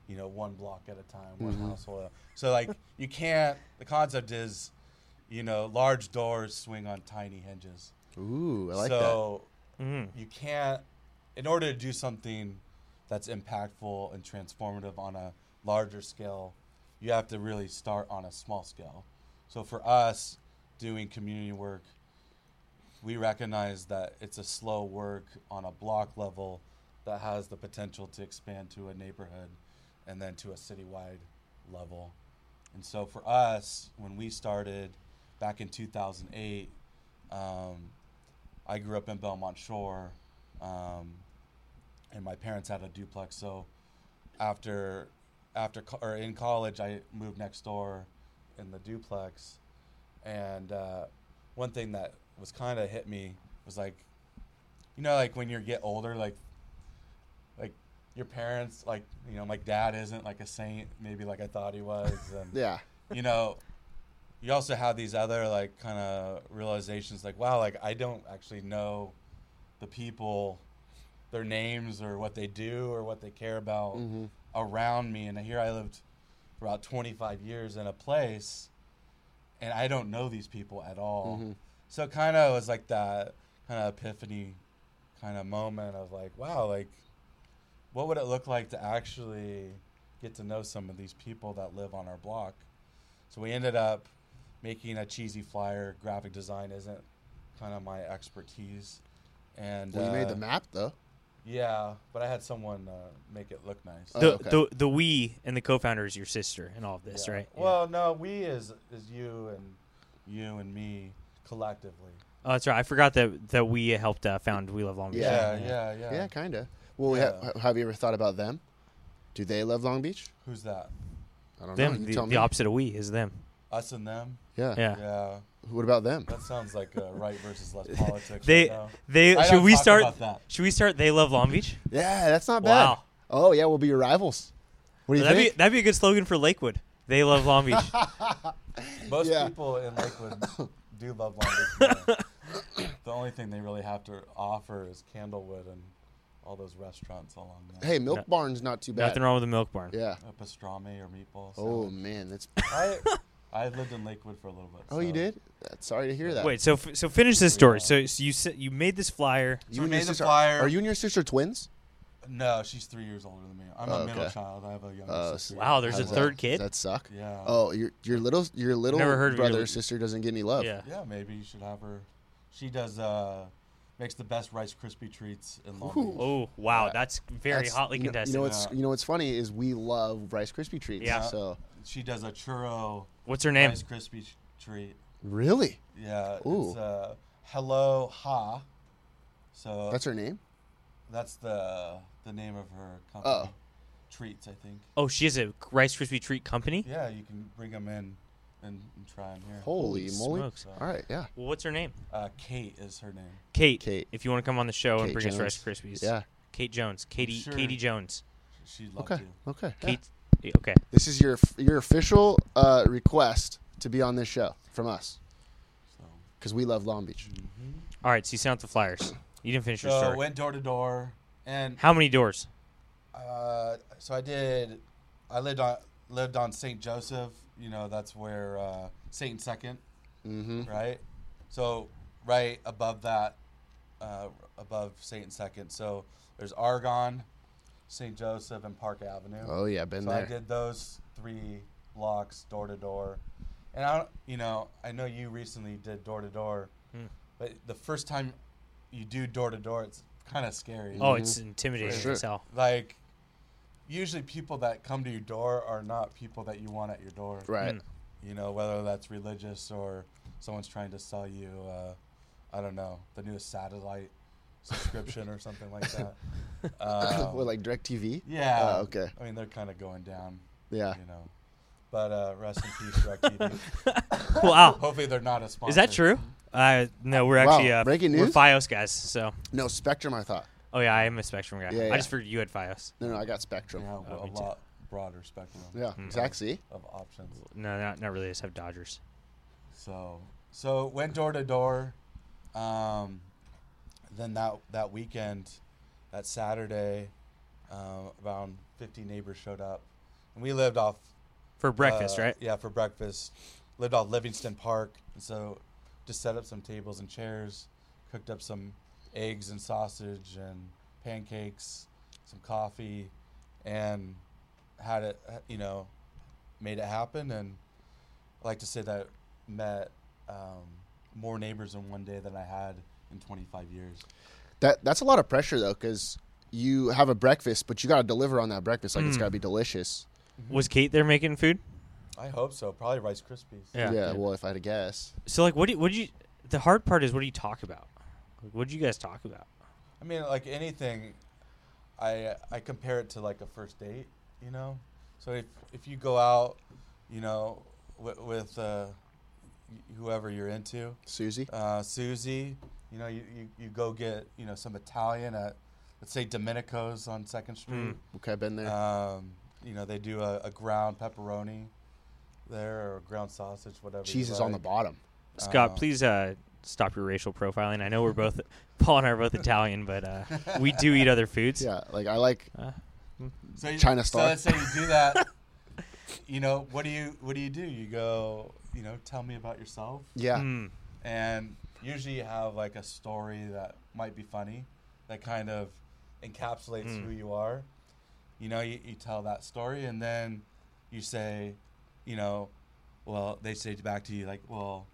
S5: you know one block at a time one household at a- so like you can't the concept is You know, large doors swing on tiny hinges.
S2: Ooh, I like
S5: so mm-hmm.
S3: Mhm.
S5: you can't, in order to do something that's impactful and transformative on a larger scale, you have to really start on a small scale. So for us, doing community work, we recognize that it's a slow work on a block level that has the potential to expand to a neighborhood and then to a citywide level. And so for us, when we started back in 2008, um, I grew up in Belmont Shore, um, and my parents had a duplex. So after after co- or in college, I moved next door in the duplex, and uh, one thing that was kind of hit me was like, you know, like when you get older, like like your parents, like you know, my dad isn't like a saint, maybe like I thought he was, and
S2: that. Yeah.
S5: you know, you also have these other like kind of realizations, like wow, like I don't actually know the people, their names or what they do or what they care about
S2: Mm-hmm.
S5: around me, and here I lived for about 25 years in a place, and I don't know these people at all.
S2: Mm-hmm.
S5: So it kind of was like that kind of epiphany, kind of moment of like wow, like what would it look like to actually get to know some of these people that live on our block? So we ended up making a cheesy flyer. Graphic design isn't kind of my expertise, and
S2: Well, you made
S5: uh,
S2: the map though.
S5: Yeah, but I had someone uh, make it look nice.
S2: Oh,
S3: The,
S2: okay.
S3: the the we and the co-founder is your sister and all of this,
S5: Yeah.
S3: right?
S5: Well, no, we is is you and you and me collectively.
S3: oh, that's right. I forgot that that we helped uh, found We Love Long Beach.
S5: Yeah, yeah, yeah.
S2: Yeah, kind of. Well, we
S5: Yeah.
S2: ha- have you ever thought about them? Do they love Long Beach?
S5: Who's that?
S2: I don't know.
S3: Them,
S2: You
S3: the,
S2: tell
S3: the
S2: me.
S3: opposite of we is them.
S5: Us and them.
S2: Yeah.
S3: Yeah.
S5: Yeah,
S2: What about them?
S5: that sounds like uh, right versus left politics.
S3: They
S5: right now.
S3: they
S5: I
S3: should
S5: don't
S3: we
S5: talk
S3: start
S5: about that.
S3: should we start they love Long Beach?
S2: Yeah, that's not bad.
S3: Wow.
S2: Oh yeah, we'll be your rivals. What do you
S3: That'd be
S2: think?
S3: that'd be a good slogan for Lakewood. They love Long Beach.
S5: Most
S2: Yeah.
S5: people in Lakewood do love Long Beach. Mall. the only thing they really have to offer is Candlewood and all those restaurants along there.
S2: hey, Milk Barn's not too bad.
S3: Nothing wrong with a milk barn.
S2: Yeah.
S5: A pastrami or meatballs.
S2: Oh man, that's.
S5: I I lived in Lakewood for a little bit.
S2: Oh, you
S5: so-
S2: did? That's, sorry to hear that.
S3: Wait, so f- so finish this story. So, so you said you made this flyer.
S2: you
S5: we
S2: and your
S5: made the
S2: sister-
S5: flyer.
S2: Are you and your sister twins?
S5: No, she's three years older than me. I'm
S2: Oh,
S5: a middle
S2: okay.
S5: child. I have a younger
S2: Oh,
S5: sister.
S2: so-
S3: Wow, there's
S2: How's
S3: a
S2: that?
S3: third kid.
S2: Does that suck?
S5: Yeah.
S2: Oh, your your little your little
S3: Never heard of your
S2: brother
S3: li-
S2: or sister doesn't get any love.
S3: yeah.
S5: Yeah, maybe you should have her. She does. uh Makes the best Rice Krispie treats in Long Beach.
S3: Oh wow, that's very
S2: That's-
S3: hotly
S2: you know-
S3: contested.
S2: You know what's
S5: Yeah.
S2: you know what's funny is we love Rice Krispie treats.
S3: Yeah.
S2: So
S5: She does a churro
S3: What's her name?
S5: Rice Krispie ch- treat.
S2: really,
S5: Yeah,
S2: Ooh.
S5: it's uh, hello ha. So
S2: that's
S5: that's
S2: her name.
S5: the the name of her company.
S2: Oh.
S5: Treats, I think.
S3: Oh, she has a Rice Krispie treat company.
S5: Yeah, you can bring them in and, and try them here.
S2: Holy, moly!
S3: smokes.
S2: All right, yeah.
S3: Well, what's her name?
S5: Uh, Kate is her name.
S3: Kate.
S2: Kate.
S3: If you want to come on the show and
S2: Kate
S3: bring us
S2: Jones.
S3: Rice Krispies.
S2: Yeah.
S3: Kate Jones. Katie.
S5: sure.
S3: Katie Jones.
S5: She'd love
S2: Okay.
S5: to.
S2: Okay. yeah.
S3: Kate. Okay.
S2: This is your your official uh, request to be on this show from us
S5: So,
S2: because we love Long Beach.
S3: All right. So you sent out the flyers. You didn't finish your
S5: so
S3: story.
S5: went door to door, and
S3: How many doors?
S5: uh, so I did. I lived on lived on St. Joseph. You know, that's where uh, Saint 2nd
S2: Mm-hmm.
S5: right? So right above that, uh, above Saint and Second. So there's Argonne, Saint Joseph, and Park Avenue.
S2: Oh yeah, been
S5: so I
S2: there.
S5: did those three blocks door to door, and I, don't, you know, I know you recently did door to door, but the first time you do door to door, it's kind of scary.
S3: Oh, it's intimidating
S2: Mm-hmm. Sure.
S3: as hell.
S5: like usually people that come to your door are not people that you want at your door
S3: Mm.
S2: Right.
S5: you know, whether that's religious or someone's trying to sell you, uh, I don't know, the newest satellite subscription or something like that. Um,
S2: Uh, what like Directv?
S5: yeah.
S2: Oh, okay.
S5: I mean, they're kind of going down.
S2: Yeah.
S5: You know, but uh, rest in peace, DirecTV.
S3: Wow.
S5: Hopefully, they're not a sponsor.
S3: Is that true? Uh, no, we're
S2: Wow,
S3: actually uh,
S2: breaking
S3: We're
S2: news?
S3: FiOS guys. So.
S2: No Spectrum. I thought.
S3: Oh yeah, I am a Spectrum guy.
S2: Yeah,
S3: I
S2: yeah.
S3: just figured you had FiOS.
S2: No, no, I got Spectrum.
S5: You
S2: Yeah.
S5: know,
S3: Oh,
S5: a lot broader spectrum
S2: Exactly.
S5: of options.
S3: No, not, not really. I just have Dodgers.
S5: So so went door to door. Um, then that that weekend, that Saturday, uh, around 50 neighbors showed up, and we lived off
S3: For breakfast,
S5: uh,
S3: right?
S5: Yeah, for breakfast. lived out Livingston Park, and so just set up some tables and chairs, cooked up some eggs and sausage and pancakes, some coffee, and had it, uh, you know, made it happen. And I like to say that met um, more neighbors in one day than I had in 25 years.
S2: That that's a lot of pressure though, because you have a breakfast, but you got to deliver on that breakfast. Like it's got to be delicious.
S3: Was Kate there making food?
S5: I hope so. Probably Rice Krispies.
S2: Yeah. Well, if I had to guess,
S3: So like, what do you, what do you? The hard part is what do you talk about? Like, what do you guys talk about?
S5: I mean, like anything, I I compare it to like a first date, you know. So if if you go out, you know, with, with uh, whoever you're into,
S2: Susie.
S5: uh, Susie, you know, you, you, you go get you know some Italian at let's say Domenico's on Second Street.
S2: Okay, I've been there.
S5: Um, you know, they do a, a ground pepperoni there or ground sausage, whatever. you
S2: Cheese is on the
S5: like.
S2: bottom.
S3: Scott, please uh, stop your racial profiling. I know we're both Paul and I are both Italian, but uh, we do eat other foods.
S2: Yeah. Like I like.
S5: So you-
S2: China star.
S5: So let's say you do that. you know, what do you what do you do? You go, you know, tell me about yourself,
S2: Yeah.
S5: and usually you have like a story that might be funny, that kind of encapsulates
S3: Hmm.
S5: who you are. You know, you, you tell that story, and then you say, you know, well, they say back to you like, well,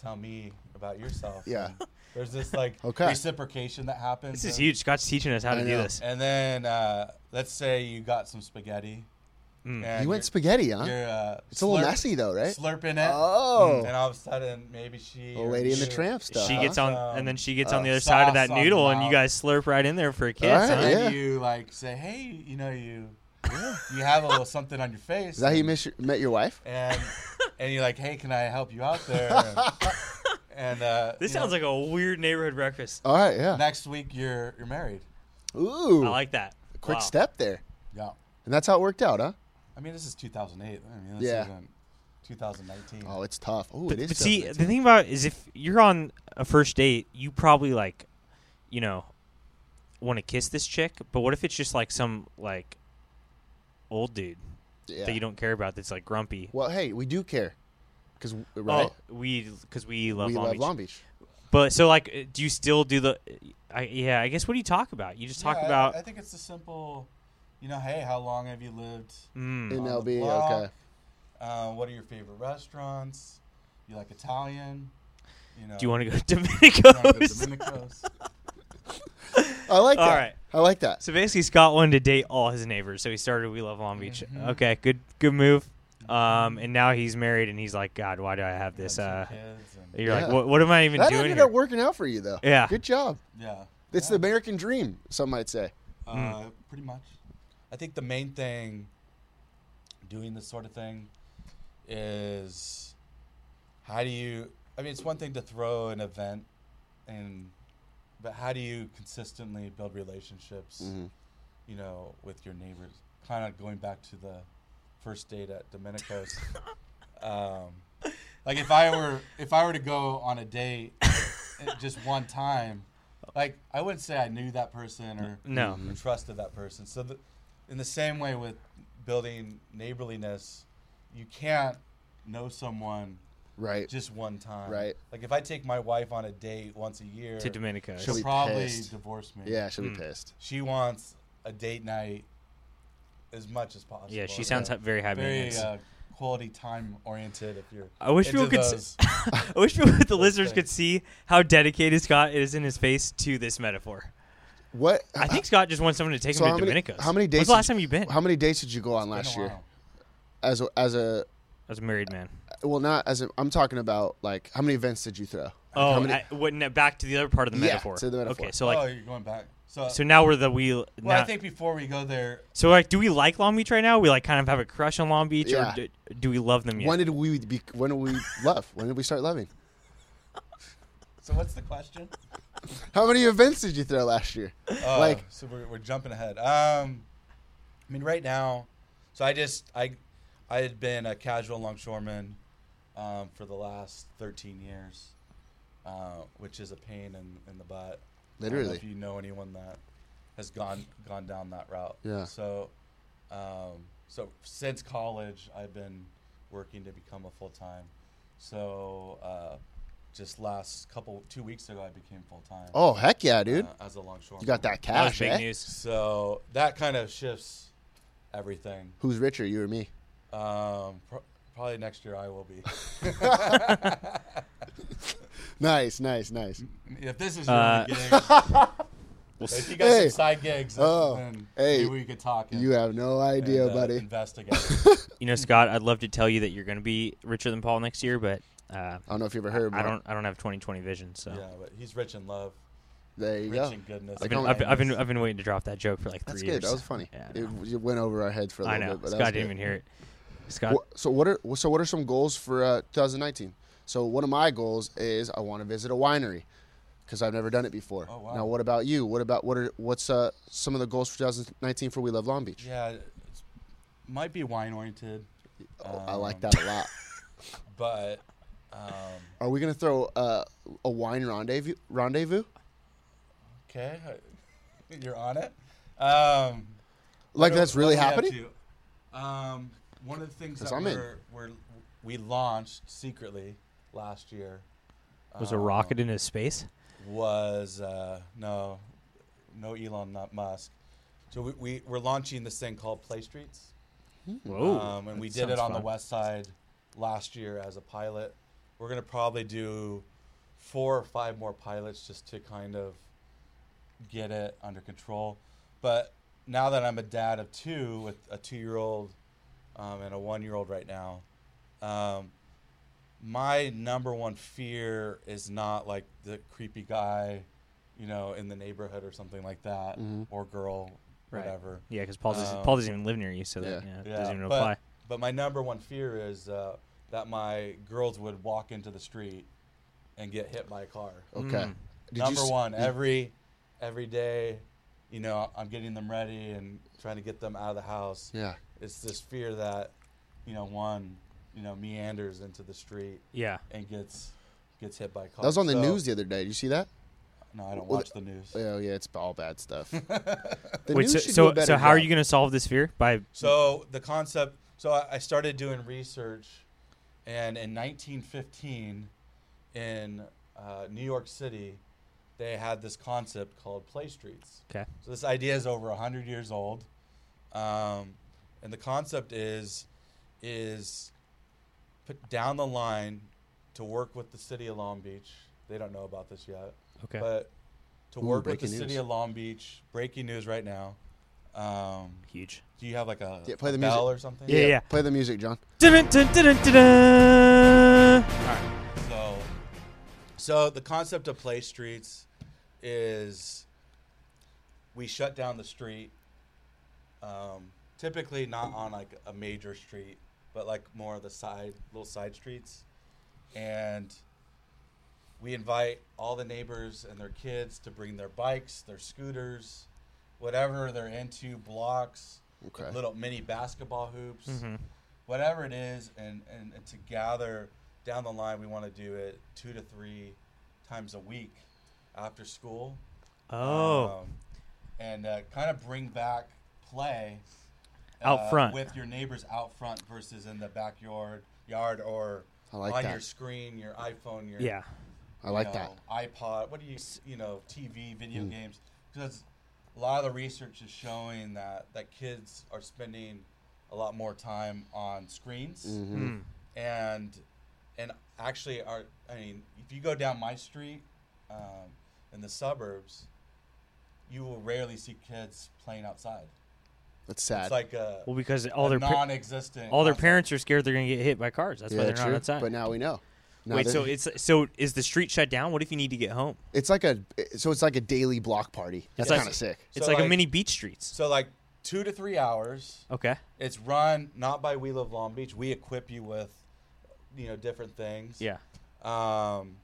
S5: tell me about yourself.
S2: Yeah.
S5: And there's this like
S2: Okay.
S5: reciprocation that happens.
S3: This is
S5: and-
S3: huge. Scott's teaching us how to
S2: I
S3: do
S2: know.
S3: this.
S5: and then uh, let's say you got some spaghetti.
S3: Mm.
S5: and
S2: You went
S5: you're-
S2: spaghetti, huh?
S5: you're, uh,
S2: It's a little messy though, right?
S5: Slurping it.
S2: Oh.
S5: And all of a sudden, maybe she.
S2: Old
S5: or
S2: lady in the
S5: you-
S2: tramp stuff. Uh,
S3: She
S2: huh?
S3: gets on,
S5: Um,
S3: and then she gets on the
S5: uh,
S3: other side of
S5: sauce
S3: that
S5: on
S3: noodle,
S5: the
S3: and you
S5: mouth.
S3: guys slurp right in there for a kiss.
S2: All right,
S3: huh?
S5: And
S2: yeah.
S5: you like say, hey, you know you, you have a little something on your face.
S2: Is that how you miss your, met your wife?
S5: And and you're like, hey, can I help you out there? And, uh,
S3: This
S5: you know,
S3: sounds like a weird neighborhood breakfast.
S2: All right. Yeah.
S5: next week you're you're married.
S2: Ooh.
S3: I like that.
S2: quick
S3: Wow.
S2: step there.
S5: Yeah.
S2: And that's how it worked out, huh?
S5: I mean, this is 2008. I mean, this
S2: Yeah.
S5: isn't 2019.
S2: Oh, it's tough. Oh,
S3: But,
S2: it is.
S3: but
S2: tough.
S3: see, the thing about it is if you're on a first date, you probably like, you know, want to kiss this chick. But what if it's just like some like old dude
S2: yeah.
S3: that you don't care about that's like grumpy?
S2: Well, hey, we do care, because right,
S3: Oh, we because we love
S2: we
S3: Long
S2: love
S3: Beach.
S2: Long Beach.
S3: But so like, uh, do you still do the? I yeah, I guess what do you talk about? You just talk
S5: Yeah, I-
S3: about
S5: I, think it's the simple, you know, hey, how long have you lived?
S3: Mm.
S2: In
S5: on the
S2: LB,
S5: block?
S2: okay.
S5: Uh, what are your favorite restaurants? You like Italian? You know,
S3: do you want to go to
S5: wanna go to
S3: Domenico's?
S5: Domenico's?
S2: I like
S3: All
S2: that.
S3: right.
S2: I like that.
S3: So basically, Scott wanted to date all his neighbors, so he started We Love Long Beach.
S2: Mm-hmm.
S3: Okay, good, good move. Um, and now he's married, and he's like, God, why do I have this?
S5: Some
S3: Uh,
S5: kids and-
S3: you're like,
S2: Yeah.
S3: what, what am I even
S2: That
S3: doing
S2: ended
S3: here?
S2: up working out for you, though.
S3: Yeah. Mm.
S2: Good job.
S5: yeah,
S2: It's the American dream, some might say.
S5: uh, pretty much. I think the main thing doing this sort of thing is how do you? I mean, it's one thing to throw an event, and but how do you consistently build relationships? You know, with your neighbors. Kind of going back to the first date at Domenico's. um, like if I were if I were to go on a date uh, just one time, like I wouldn't say I knew that person or
S3: No.
S5: or trusted that person. So the, in the same way with building neighborliness, you can't know someone
S2: Right.
S5: just one time.
S2: Right.
S5: Like if I take my wife on a date once a year
S3: to Domenico's.
S2: She'll
S5: she'll
S2: be
S5: probably
S2: pissed.
S5: divorce me.
S2: yeah, she'll
S3: Mm.
S2: be pissed.
S5: She wants a date night as much as possible.
S3: Yeah, she sounds
S5: So
S3: ha- very high
S5: very
S3: maintenance.
S5: uh, quality time oriented if you're
S3: I wish
S5: into
S3: people could s-
S5: those.
S3: I wish people, the listeners
S5: things.
S3: could see how dedicated Scott is in his face to this metaphor.
S2: What?
S3: I think Scott just wants someone to take
S2: so
S3: him
S2: how
S3: to
S2: many,
S3: Domenico's.
S2: how many dates?
S3: When's the last
S2: did-
S3: time you been?
S2: How many dates did you go on last
S5: Been a
S2: year?
S5: while.
S2: As a, as a
S3: As a married man.
S2: well, not as a. I'm talking about like how many events did you throw?
S3: Oh,
S2: how many,
S3: I, wouldn't that- back to the other part of the
S2: Yeah,
S3: metaphor.
S2: to the metaphor.
S3: Okay, so like,
S5: oh, you're going back. So,
S3: so now we're the wheel.
S5: well,
S3: now,
S5: I think before we go there,
S3: so like, do we like Long Beach right now? We like kind of have a crush on Long Beach,
S2: Yeah.
S3: or do, do we love them yet?
S2: when did we be, when did we love? When did we start loving?
S5: so what's the question?
S2: How many events did you throw last year?
S3: Uh,
S5: Oh,
S2: Like-
S5: so we're, we're jumping ahead. Um, I mean, right now, so I just I I had been a casual longshoreman um, for the last 13 years, uh, which is a pain in, in the butt. I don't know
S2: Literally.
S5: if you know anyone that has gone gone down that route.
S2: Yeah.
S5: So, um, so since college, I've been working to become a full time So uh, just last couple two weeks ago, I became full time.
S2: Oh heck yeah, dude!
S5: as a longshoreman.
S2: You got that
S3: Uh, That was
S2: cash,
S3: big
S2: eh?
S3: news.
S5: So that kind of shifts everything.
S2: Who's richer, you or me?
S5: Um, pro- probably next year I will be.
S2: Nice, nice, nice.
S5: if this is your
S3: Uh,
S5: only gig, if you got
S2: Hey.
S5: some side gigs,
S2: Oh,
S5: then
S2: hey.
S5: maybe we could talk. And,
S2: You have no
S5: and,
S2: idea,
S5: uh,
S2: buddy.
S5: Investigate.
S3: You know, Scott, I'd love to tell you that you're going to be richer than Paul next year, but uh,
S2: I don't know if you ever heard.
S3: I
S2: but
S3: don't. I don't have 2020 vision, so
S5: yeah, but he's rich in love,
S2: There you
S5: rich
S2: go.
S5: in goodness.
S2: I've
S3: I've, been,
S2: don't-
S3: I've, been- I've been I've been waiting to drop that joke for like three
S2: That's
S3: years.
S2: good. That was funny.
S3: Yeah, I
S2: it,
S3: know.
S2: it went over our heads for a
S3: I
S2: little
S3: know.
S2: bit, but that was
S3: Scott
S2: good.
S3: didn't even hear it. Scott,
S2: What- so what are so what are some goals for uh, 2019? So one of my goals is I want to visit a winery because I've never done it before.
S5: Oh, wow.
S2: Now what about you? What about what are what's uh, some of the goals for 2019 for We Love Long Beach?
S5: yeah, it's, might be wine oriented,
S2: Oh,
S5: um,
S2: I like that a lot.
S5: but
S2: Are we gonna throw uh, a wine rendezvous? Rendezvous?
S5: okay, you're on it. Um,
S2: Like that's
S5: What else- what
S2: really
S5: are we up
S2: happening?
S5: to? Um, one of the things
S2: 'Cause
S5: that
S2: I'm in.
S5: we're, we're, we launched secretly last year
S3: was a
S2: Oh.
S3: rocket into space.
S5: was uh, no, no Elon not Musk. So we, we we're launching this thing called Play Streets,
S3: Whoa!
S5: um, and we
S3: that
S5: did it
S3: sounds
S5: on the
S3: fun.
S5: West Side last year as a pilot. We're gonna probably do four or five more pilots just to kind of get it under control. But now that I'm a dad of two with a two-year-old um, and a one-year-old right now, um, my number one fear is not like the creepy guy, you know, in the neighborhood or something like that, or girl, whatever.
S3: Mm-hmm. Yeah, because Paul doesn't, Paul doesn't even live near you, so
S2: Yeah.
S3: that you know, it
S5: Oh. Yeah,
S3: doesn't even
S5: but,
S3: apply.
S5: But my number one fear is uh, that my girls would walk into the street and get hit by a car.
S3: Mm.
S2: Okay. Did you
S5: Mm-hmm. number
S2: s-
S5: one, every every day, you know, I'm getting them ready and trying to get them out of the house.
S2: Yeah.
S5: It's this fear that, you know, one, you know, meanders into the street
S3: Yeah,
S5: and gets gets hit by a car.
S2: That was on the
S5: So-
S2: news the other day. Did you see that?
S5: No, I don't watch the news.
S2: Oh yeah, it's all bad stuff. The
S3: Wait,
S2: news
S3: so
S2: should do
S3: so,
S2: a better
S3: so how are
S2: job.
S3: you going to solve this fear by?
S5: So the concept. So I I started doing research, and in 1915, in uh, New York City, they had this concept called play streets.
S3: Okay.
S5: So this idea is over 100 years old. Um, and the concept is is put down the line to work with the city of Long Beach. They don't know about this yet.
S3: Okay.
S5: But to work with the
S2: breaking
S5: city
S2: news.
S5: of Long Beach, breaking news right now. Um,
S3: Huge.
S5: do you have like a,
S2: Yeah, play
S5: a
S2: the
S5: bell
S2: music.
S5: or something?
S3: Yeah, yeah.
S2: Play the music, John.
S3: Dun, dun, dun, dun, dun, dun.
S5: So, so the concept of play streets is we shut down the street, um, typically not on like a major street, but like more of the side little side streets, and we invite all the neighbors and their kids to bring their bikes, their scooters, whatever they're into, blocks,
S2: Okay.
S5: little mini basketball hoops whatever it is, and, and, and to gather down the line, we want to do it two to three times a week after school.
S3: Oh,
S5: Um, and uh, kind of bring back play
S3: out
S5: uh,
S3: front.
S5: with your neighbors out front versus in the backyard yard or
S2: I like
S5: on
S2: that.
S5: your screen, your iPhone, your
S3: yeah,
S2: I like
S5: know,
S2: that. Hmm.
S5: iPod. What do you you know TV video games? Because a lot of the research is showing that that kids are spending a lot more time on screens,
S2: Mm-hmm.
S3: Hmm.
S5: and and actually are I mean if you go down my street um, in the suburbs, you will rarely see kids playing outside.
S2: That's sad.
S5: It's like a
S3: well, because all their
S5: a
S3: par-
S5: non-existent
S3: all their
S5: concept.
S3: parents are scared they're going to get hit by cars. That's why
S2: yeah,
S3: they're
S2: true.
S3: not outside.
S2: But now we know. Now
S3: Wait,
S2: they're-
S3: so it's so is the street shut down? What if you need to get home?
S2: it's like a so it's like a daily block party. That's
S3: like-
S2: kind of sick.
S5: So,
S3: it's like, a
S5: like-
S3: mini beach streets.
S5: So like two to three hours.
S3: Okay.
S5: It's run not by We Love Long Beach. We equip you with, you know, different things.
S3: Yeah.
S5: Um,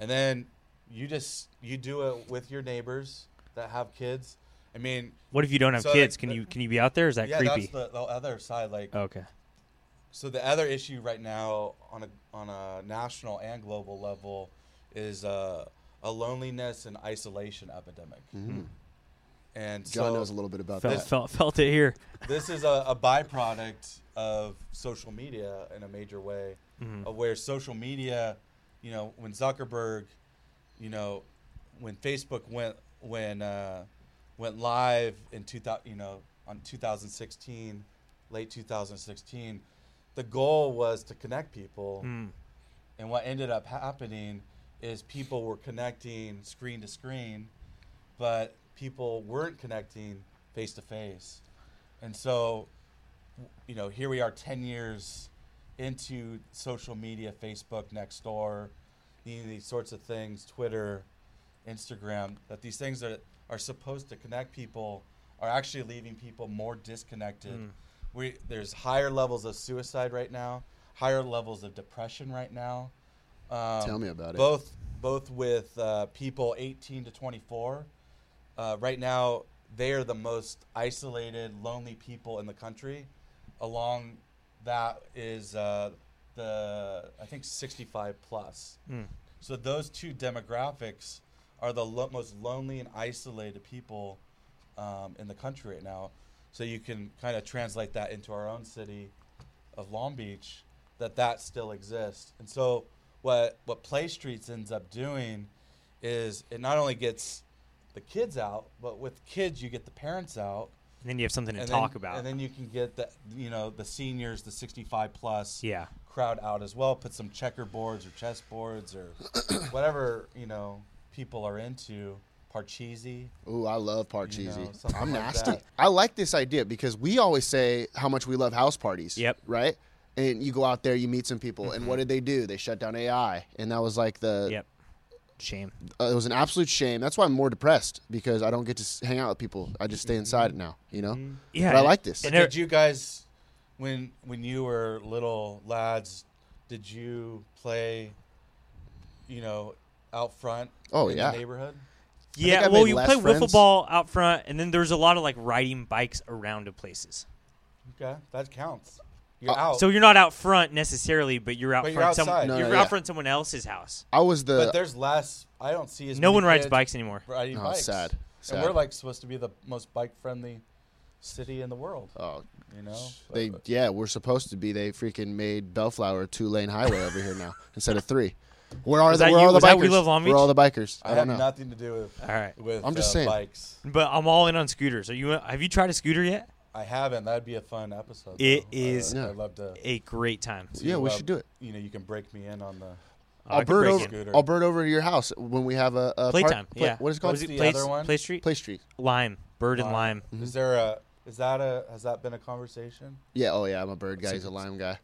S5: and then you just you do it with your neighbors that have kids. I mean,
S3: What if you don't have
S5: So, like,
S3: kids? can
S5: the-
S3: you can you be out there? Is that
S5: yeah,
S3: creepy? Oh.
S5: that's the, the other side. Like,
S3: okay.
S5: so the other issue right now on a on a national and global level is uh, a loneliness and isolation epidemic. And
S2: Mm-hmm. John
S5: so
S2: knows a little bit about
S3: Felt,
S2: that.
S3: felt felt it here.
S5: this is a, a byproduct of social media in a major way, of where social media, you know, when Zuckerberg, you know, when Facebook went when uh, went live in two thousand, you know, on 2016, late 2016, the goal was to connect people, and what ended up happening is people were connecting screen to screen, but people weren't connecting face to face. And so, you know, here we are 10 years into social media, Facebook, Nextdoor, these, these sorts of things, Twitter, Instagram, that these things that are supposed to connect people are actually leaving people more disconnected. We, there's higher levels of suicide right now, higher levels of depression right now. Um,
S2: Tell me about it.
S5: Both, both with uh, people 18 to 24 uh, right now they are the most isolated, lonely people in the country. Along that is uh, the I think 65 plus. So those two demographics are the lo- most lonely and isolated people um, in the country right now. So you can kind of translate that into our own city of Long Beach that that still exists. And so what what Play Streets ends up doing is it not only gets the kids out, but with kids you get the parents out
S3: And then you have something to
S5: and
S3: talk
S5: then,
S3: about.
S5: And then you can get the you know the seniors, the 65 plus
S3: Yeah.
S5: crowd out as well. Put some checkerboards or chessboards or whatever, you know, people are into. Parcheesi.
S2: Ooh, I love Parcheesi.
S5: know, something
S2: I'm
S5: like
S2: nasty.
S5: that.
S2: I like this idea because we always say how much we love house parties.
S3: Yep. Mm-hmm.
S2: Right? And you go out there, you meet some people, and what did they do? They shut down AI, and that was like the.
S3: yep. Shame.
S2: Uh, it was an absolute shame. That's why I'm more depressed because I don't get to s- hang out with people. I just stay
S3: Mm-hmm.
S2: inside now. You know.
S3: Yeah,
S2: But I
S3: and-
S2: like this.
S3: and
S5: Did you guys, when when you were little lads, did you play, you know, out front?
S2: Oh,
S5: in
S2: yeah.
S5: the neighborhood.
S3: Yeah,
S2: I
S3: well,
S2: made
S3: you
S2: less
S3: play wiffle
S2: friends.
S3: ball out front, and then there's a lot of like riding bikes around to places.
S5: Okay, that counts.
S2: Uh,
S5: You're out.
S3: So you're not out front necessarily, but you're out
S5: Oh. But you're
S3: front. some-
S5: outside. No,
S3: you're
S2: no,
S3: out
S2: yeah.
S3: front someone else's house.
S2: I was the.
S5: but there's less. I don't see as
S3: No
S5: many
S3: one rides
S5: kids
S3: bikes anymore.
S5: Riding
S2: Oh,
S5: bikes.
S2: it's sad.
S5: And we're
S2: Sad.
S5: like supposed to be the most bike friendly city in the world.
S2: oh,
S5: you know,
S2: they yeah, we're supposed to be. They freaking made Bellflower a two lane highway over here now instead of three. Where are the,
S3: that
S2: where
S3: you-
S2: all the
S3: was that We
S2: bikers?
S3: Love Long
S2: Where are all the
S3: Beach?
S2: bikers? I,
S5: I, have
S2: don't know.
S5: nothing to do with.
S3: All right.
S5: with
S2: I'm just
S5: uh,
S2: saying.
S5: bikes.
S3: But I'm all in on scooters. Are you? Have you tried a scooter yet?
S5: I haven't. That'd be a fun episode.
S3: It
S5: though.
S3: is-
S5: I,
S2: Yeah.
S5: would love to.
S3: A great time.
S2: yeah, we
S5: uh,
S2: should do it.
S5: You know, you can break me in on the.
S3: I
S2: I'll
S3: could
S2: bird
S3: break
S2: over.
S3: in.
S5: Scooter.
S2: I'll bird over to your house when we have a, a park-
S3: Playtime.
S2: play-
S3: yeah.
S2: What is it called?
S5: was it? the
S3: Play,
S5: other one?
S3: Play Street.
S2: Play Street.
S3: Lime. Bird and lime.
S5: Is there a? Is that a? Has that been a conversation?
S2: Yeah. Oh yeah, I'm a bird guy. He's a lime guy.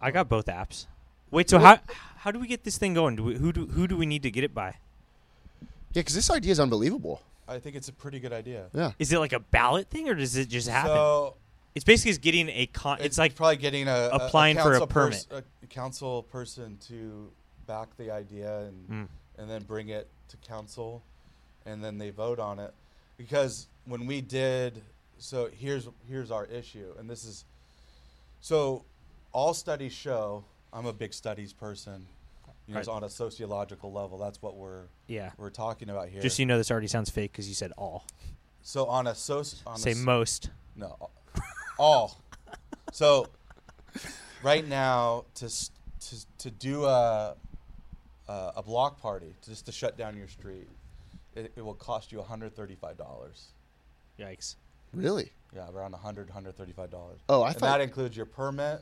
S3: I got both apps. Wait. So how how do we get this thing going? Do we, who do who do we need to get it by?
S2: Yeah, because this idea is unbelievable.
S5: I think it's a pretty good idea.
S2: Yeah.
S3: Is it like a ballot thing, or does it just happen?
S5: So
S3: it's basically just getting a con. It's, like
S5: probably getting a a-
S3: applying
S5: a
S3: for a
S5: council pers- a council person to back the idea and
S3: Mm.
S5: and then bring it to council, and then they vote on it. Because when we did, so here's here's our issue, and this is, so all studies show. I'm a big studies person. You know, it's
S3: Right.
S5: on a sociological level. That's what we're
S3: Yeah.
S5: we're talking about here.
S3: just so you know, this already sounds fake because you said all.
S5: so on a soc on a
S3: Say
S5: s-
S3: most.
S5: No, all. so, right now, to s- to to do a a, a block party, just to shut down your street, it, it will cost you one hundred thirty five dollars.
S3: Yikes.
S2: Really?
S5: Yeah, around 100 135 dollars.
S2: Oh, I
S5: and
S2: thought-
S5: that includes your permit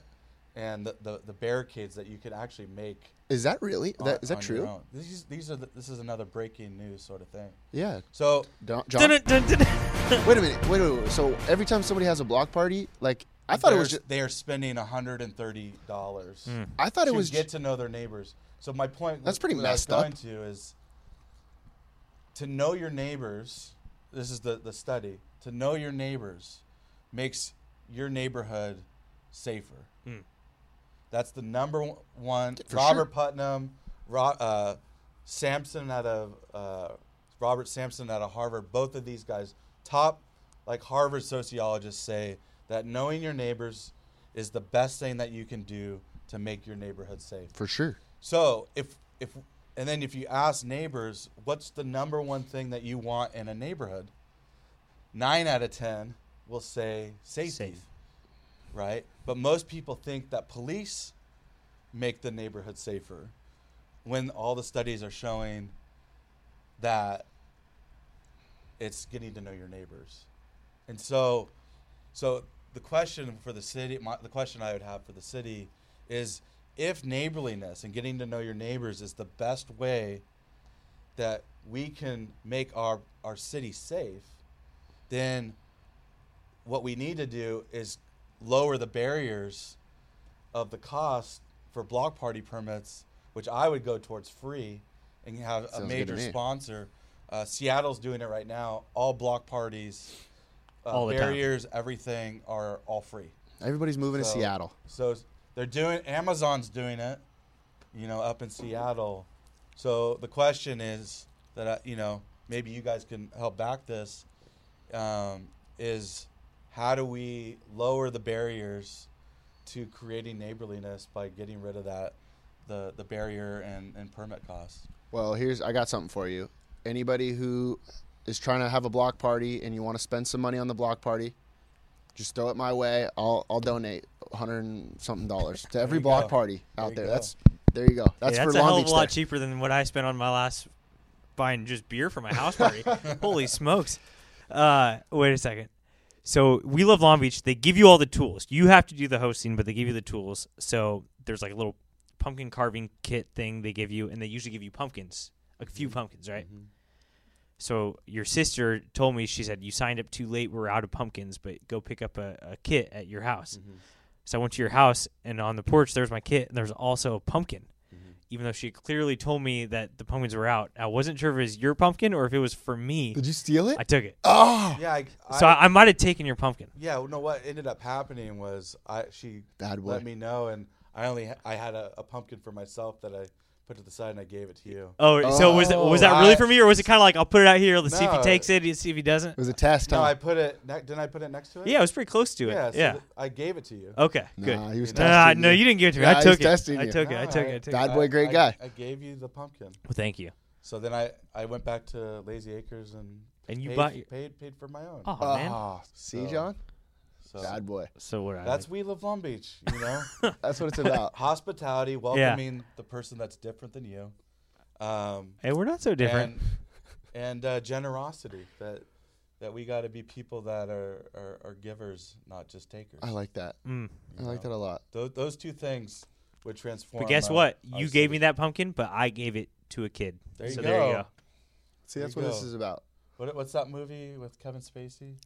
S5: and the, the, the barricades that you can actually make.
S2: Is that really?
S5: on-
S2: that, is that
S5: on your
S2: true?
S5: own. These these are the, this is another breaking news sort of thing.
S2: Yeah.
S5: So
S2: Don,
S3: Dun,
S2: John,
S3: dun, dun, dun.
S2: wait a minute. Wait, wait, wait. So every time somebody has a block party, like I thought it was.
S5: they're-
S2: Just,
S5: they are spending 130 dollars.
S2: I thought it
S5: to
S2: was.
S5: get
S2: ju-
S5: to know their neighbors. So my point
S2: That's pretty
S5: what I was
S2: messed up.
S5: going to is to know your neighbors. This is the the study. To know your neighbors makes your neighborhood safer. That's the number o- one.
S2: For
S5: Robert
S2: sure.
S5: Putnam, Ro- uh, Sampson out of uh, Robert Sampson out of Harvard. Both of these guys, top like Harvard sociologists, say that knowing your neighbors is the best thing that you can do to make your neighborhood safe.
S2: for sure.
S5: So if if and then if you ask neighbors, what's the number one thing that you want in a neighborhood? nine out of ten will say safety,
S3: Safe.
S5: right? But most people think that police make the neighborhood safer when all the studies are showing that it's getting to know your neighbors. And so, so the question for the city, my, the question I would have for the city is if neighborliness and getting to know your neighbors is the best way that we can make our, our city safe, then what we need to do is lower the barriers of the cost for block party permits, which I would go towards free and have a
S2: Sounds good to
S5: major
S2: me.
S5: sponsor. Uh, Seattle's doing it right now. All block parties, uh,
S3: All the time.
S5: barriers, everything are all free.
S2: Everybody's moving
S5: So-
S2: to Seattle.
S5: So they're doing Amazon's doing it, you know, up in Seattle. So the question is that I, you know maybe you guys can help back this um, is how do we lower the barriers to creating neighborliness by getting rid of that the the barrier and, and permit costs.
S2: Well, here's I got something for you. Anybody who is trying to have a block party and you want to spend some money on the block party, just throw it my way. I'll I'll donate a hundred and something dollars to every
S5: you
S2: block
S5: go.
S2: party
S5: There
S2: out
S5: you
S2: there.
S5: go.
S2: That's there you go. That's
S3: Yeah,
S2: for
S3: that's a
S2: Long
S3: hell of
S2: Beach
S3: a lot
S2: there.
S3: cheaper than what I spent on my last buying just beer for my house party. Holy smokes! Uh, wait a second. So we love Long Beach. They give you all the tools. You have to do the hosting, but they give you the tools. So there's like a little pumpkin carving kit thing they give you, and they usually give you pumpkins, a few
S2: Mm-hmm.
S3: pumpkins, right? So your sister told me she said you signed up too late. We're out of pumpkins, but go pick up a, a kit at your house. So I went to your house, and on the porch there was my kit, and there was also a pumpkin. Even though she clearly told me that the pumpkins were out, I wasn't sure if it was your pumpkin or if it was for me.
S2: Did you steal it?
S3: I took it,
S2: oh,
S5: Yeah, I, I,
S3: so I, I might have taken your pumpkin.
S5: yeah. No, what ended up happening was I she
S2: Bad boy.
S5: let me know, and I only ha- I had a, a pumpkin for myself that I put to the side and I gave it to you.
S3: Oh, so was that, was that
S5: Oh,
S3: really
S5: I-
S3: for me, or was it kind of like I'll put it out here, let's see if he
S5: No.
S3: takes it, see if he doesn't?
S2: it was a test.
S5: No,
S2: huh?
S5: I put it. Ne- didn't I put it next to it?
S3: Yeah, it was pretty close to it.
S5: Yeah.
S3: Yeah. Oh.
S5: So th- I gave it to you.
S3: okay. Good.
S2: Nah, he was
S3: Nah,
S2: testing
S3: no, you didn't give it to me.
S2: Nah,
S3: I
S2: he
S3: took
S2: was
S3: it.
S2: testing
S3: I
S2: you.
S3: took it. I
S5: No,
S3: took it. I took it.
S2: Bad boy, great
S5: I,
S2: guy.
S5: I gave you the pumpkin.
S3: Well, thank you.
S5: So then I, I went back to Lazy Acres and
S3: And you
S5: paid,
S3: bought-
S5: paid paid for my own.
S3: Oh man.
S2: Ah, see,
S5: So-
S2: John,
S5: So
S2: bad boy.
S3: So what? I
S5: that's we live Long Beach. You know,
S2: That's what it's about.
S5: hospitality, welcoming the person that's different than you, um,
S3: Hey, we're not so different.
S5: and and uh, generosity that. That we got to be people that are, are, are givers, not just takers.
S2: I like that.
S3: Mm.
S2: I like that a lot.
S5: those, those two things would transform.
S3: But guess
S5: uh,
S3: what?
S5: our
S3: You gave
S5: city.
S3: me that pumpkin, but I gave it to a kid.
S5: There you
S3: so
S5: go.
S3: there you go.
S2: See, that's
S5: you
S2: what this
S5: go.
S2: is about.
S5: What, what's that movie with Kevin Spacey?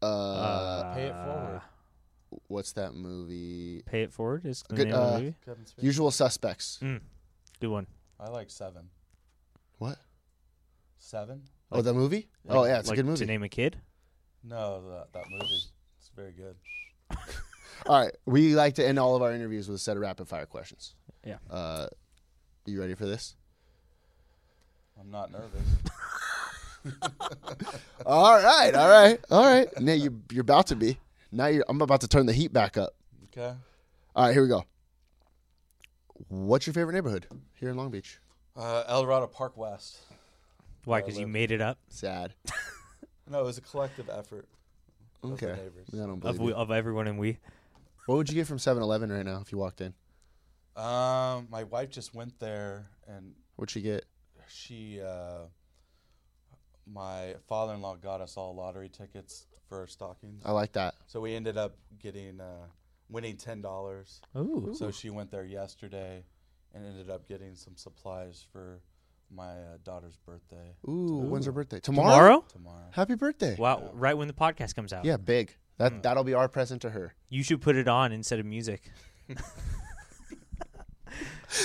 S2: Uh,
S5: Pay it forward.
S2: what's that movie?
S3: Pay it forward is the
S2: Good,
S3: name of the
S2: uh,
S3: movie.
S5: Kevin Spacey.
S2: Usual Suspects.
S3: Mm. Good one.
S5: I like Seven.
S2: What?
S5: Seven?
S2: oh, the movie? oh yeah, it's
S3: like
S2: a good
S3: To
S2: movie.
S3: name a kid.
S5: No, that, that movie. It's very good.
S2: All right, we like to end all of our interviews with a set of rapid fire questions.
S3: Yeah.
S2: Uh, you ready for this?
S5: I'm not nervous.
S2: All right, all right, all right. Now you you're about to be. Now you're, I'm about to turn the heat back up.
S5: Okay.
S2: All right, here we go. What's your favorite neighborhood here in Long Beach?
S5: Uh, El Dorado Park West.
S3: Why? Because you made it up
S2: Sad.
S5: No, it was a collective effort. Of the
S2: Okay.
S5: neighbors.
S2: I don't
S3: of
S2: believe
S3: we,
S2: you.
S3: of everyone and we.
S2: What would you get from 7-Eleven right now if you walked in?
S5: Um, my wife just went there, and
S2: What'd you get?
S5: she, uh, my father-in-law got us all lottery tickets for our stockings.
S2: I like that.
S5: So we ended up getting, uh, winning ten dollars.
S3: Ooh.
S5: So she went there yesterday, and ended up getting some supplies for my uh, daughter's birthday
S2: Ooh, when's her birthday? Tomorrow.
S3: Tomorrow?
S5: tomorrow.
S2: Happy birthday.
S3: Wow! Right when the podcast comes out.
S2: Yeah, big. That that'll be our present to her.
S3: You should put it on instead of music.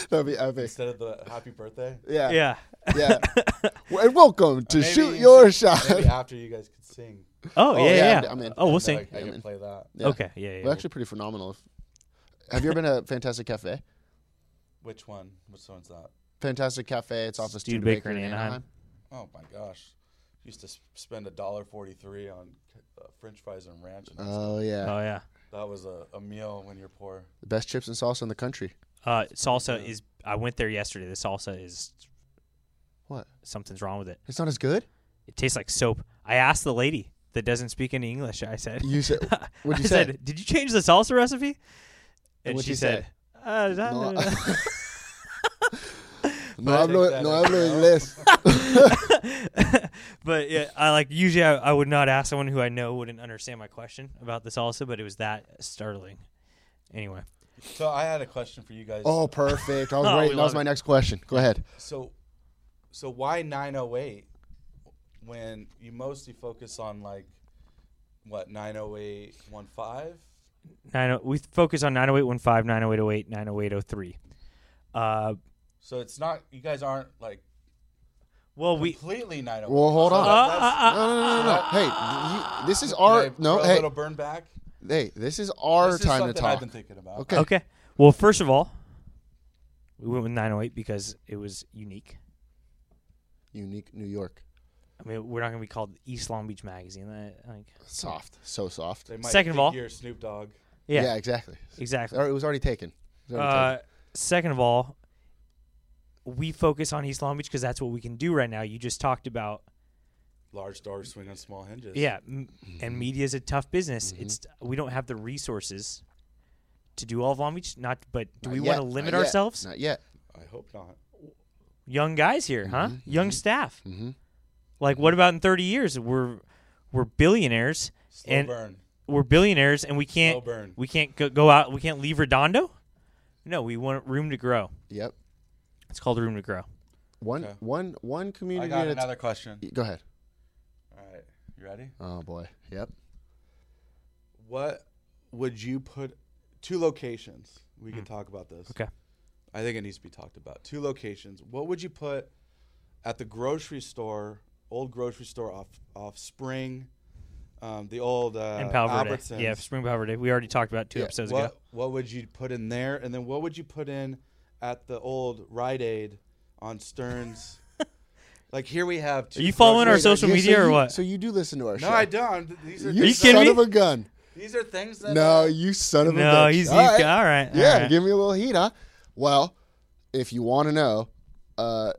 S2: That'll be epic.
S5: Instead of the happy birthday,
S2: Yeah.
S3: Yeah.
S2: Yeah. Well, and welcome to
S5: Maybe
S2: Shoot
S5: you
S2: Your
S5: should-
S2: Shot.
S5: Maybe after you guys could sing.
S3: Oh, yeah,
S2: yeah,
S3: yeah.
S2: I'm- I'm in.
S3: Oh, we'll
S5: Then I,
S3: sing.
S5: I
S2: I'm
S5: can
S2: in.
S5: play that.
S2: Yeah.
S3: Okay. Yeah. yeah
S2: We're actually pretty phenomenal. Have you ever been to Fantastic Cafe?
S5: Which one? Which one's that?
S2: Fantastic Cafe. It's off of
S3: Studebaker
S2: Studebaker
S3: in
S2: in
S3: Anaheim.
S2: Anaheim.
S5: Oh my gosh, used to s- spend a dollar forty-three on uh, French fries and ranch. And
S2: Oh yeah,
S3: Oh yeah.
S5: that was a, a meal when you're poor.
S2: the best chips and salsa in the country.
S3: Uh, salsa is. I went there yesterday. The salsa is
S2: What?
S3: something's wrong with it.
S2: It's not as good.
S3: It tastes like soap. I asked the lady. that doesn't speak any English. I said,
S2: You said, what'd you
S3: I
S2: say?
S3: said, did you change the salsa recipe? And,
S2: what'd
S3: she
S2: you
S3: said,
S2: say?
S3: uh, da-
S2: No,
S3: da- da-
S2: no
S5: I
S2: hablo,
S5: think that
S2: no
S5: is-
S2: hablo inglés.
S3: but yeah, I like usually I, I would not ask someone who I know wouldn't understand my question about the salsa, but it was that startling. Anyway,
S5: So I had a question for you guys.
S2: Oh, perfect. I was
S3: Oh, we
S2: waiting. That
S3: love
S2: was my
S3: it.
S2: next question. Go ahead.
S5: So, so why 908 when you mostly focus on like what 90815?
S3: nine oh- we focus on 90815, 90808, 90803. Uh,
S5: So it's not you guys aren't like
S3: well, we
S5: completely 908.
S2: Well, hold
S5: So
S2: on.
S5: that-
S3: Uh,
S5: that's-
S3: uh, uh,
S2: No, no, no, no. Hey, you, this is our
S5: Can I
S2: no.
S5: throw a
S2: Hey,
S5: little burn back.
S2: hey, this is our
S5: This is
S2: time to
S5: something
S2: talk.
S5: I've been thinking about.
S2: Okay.
S3: okay. Well, first of all, we went with 908 because it was unique.
S2: Unique New York.
S3: I mean, we're not going to be called East Long Beach Magazine. that- Like,
S2: Soft. So soft.
S5: They might
S3: Second of
S5: think
S3: all-
S5: you're Snoop Dogg.
S3: yeah,
S2: exactly.
S3: exactly.
S2: Or It was already taken. It was already
S3: Uh, second of all, we focus on East Long Beach because that's what we can do right now. You just talked about
S5: Large doors swing on small hinges.
S3: yeah, m-
S2: Mm-hmm.
S3: and media is a tough business. It's we don't have the resources to do all of Long Beach. Not, but do
S2: Not
S3: we
S2: yet,
S3: want to
S2: not
S3: limit
S2: yet,
S3: ourselves?
S2: Not yet.
S5: I hope not.
S3: Young guys here,
S2: Mm-hmm.
S3: huh? Young staff. Like, what about in thirty years? We're we're billionaires
S5: Slow
S3: and
S5: burn.
S3: we're billionaires, and we can't
S5: burn.
S3: we can't go, go out. We can't leave Redondo. No, we want room to grow.
S2: Yep.
S3: It's called room to grow.
S2: One,
S5: Okay.
S2: one, one
S5: I
S2: community
S5: got
S2: at a
S5: another question.
S2: t- Go ahead.
S5: All right, you ready?
S2: Oh boy. Yep.
S5: What would you put? Two locations. We can talk about this.
S3: Hmm. Okay.
S5: I think it needs to be talked about. Two locations. What would you put at the grocery store, old grocery store off off Spring, um, the old uh,
S3: and Pal Verde.
S5: Albertsons.
S3: Yeah, Spring Pal Verde. We already talked about it two
S2: Yeah.
S3: episodes ago.
S5: What what would you put in there, and then what would you put in at the old Rite Aid on Stearns? like here we have. Two
S3: Are you following our
S5: grocery-
S3: social
S2: so
S3: media or
S2: you-
S3: what?
S2: So you do listen to our show.
S5: No, I don't. These are,
S2: You,
S5: things
S3: kidding
S2: son
S3: me?
S2: of a gun.
S5: that- these are things that.
S2: No, you son of a
S3: No,
S2: bitch.
S3: he's-
S2: All
S3: he's-
S2: right.
S3: all right, all
S2: Yeah,
S3: right.
S2: give me a little heat, huh? Well, if you want to know, uh,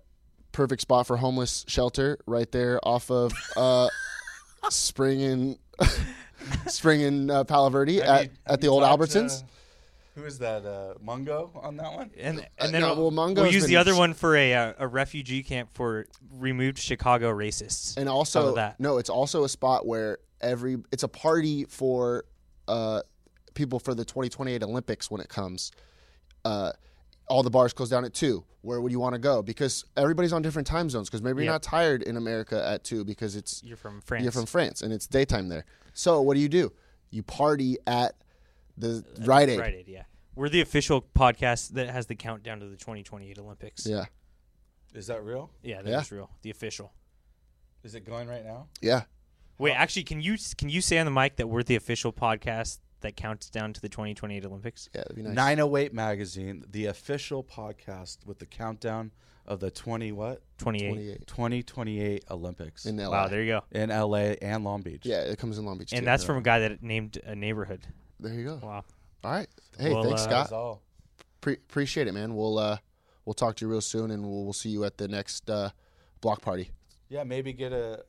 S2: perfect spot for homeless shelter right there off of uh, Spring and Spring and uh, Palo Verde
S5: Have
S2: at,
S5: you- have
S2: at the
S5: you
S2: old
S5: talked to-
S2: Albertsons.
S5: who is that? Uh, Mungo on that one.
S3: And and then
S2: no,
S3: we'll,
S2: uh, well, Mongo's
S3: we'll use
S2: been-
S3: the other one for a uh, a refugee camp for removed Chicago racists.
S2: and
S3: How
S2: also
S3: about that.
S2: no, it's also a spot where every it's a party for uh, people for the 2028 Olympics when it comes. Uh, all the bars close down at two. Where would you want to go? Because everybody's on different time zones. Because maybe you're
S3: Yeah.
S2: not tired in America at two because it's
S3: You're from France.
S2: you're from France and it's daytime there. So what do you do? You party at the
S3: Uh,
S2: Rite Aid.
S3: Right, yeah. We're the official podcast that has the countdown to the 2028 Olympics.
S2: Yeah,
S5: Is that real?
S3: yeah, that
S2: Yeah.
S3: is real. The official.
S5: Is it going right now?
S2: yeah.
S3: Wait, actually, can you can you say on the mic that we're the official podcast that counts down to the 2028 Olympics?
S2: Yeah, that'd be nice.
S5: 908 Magazine, the official podcast with the countdown of the 20 what?
S2: 28
S3: 28.
S5: 2028 Olympics
S2: in
S5: in,
S2: LA.
S3: Wow, there you go.
S5: LA and Long Beach.
S2: yeah, it comes in Long Beach.
S3: And
S2: too.
S3: that's from a guy that named a neighborhood.
S2: there you go.
S3: Wow.
S2: All right. Hey,
S3: Well,
S2: thanks,
S3: uh,
S2: Scott.
S5: That's all.
S2: Pre- appreciate it, man. We'll uh, we'll talk to you real soon, and we'll, we'll see you at the next uh, block party.
S5: Yeah, maybe get a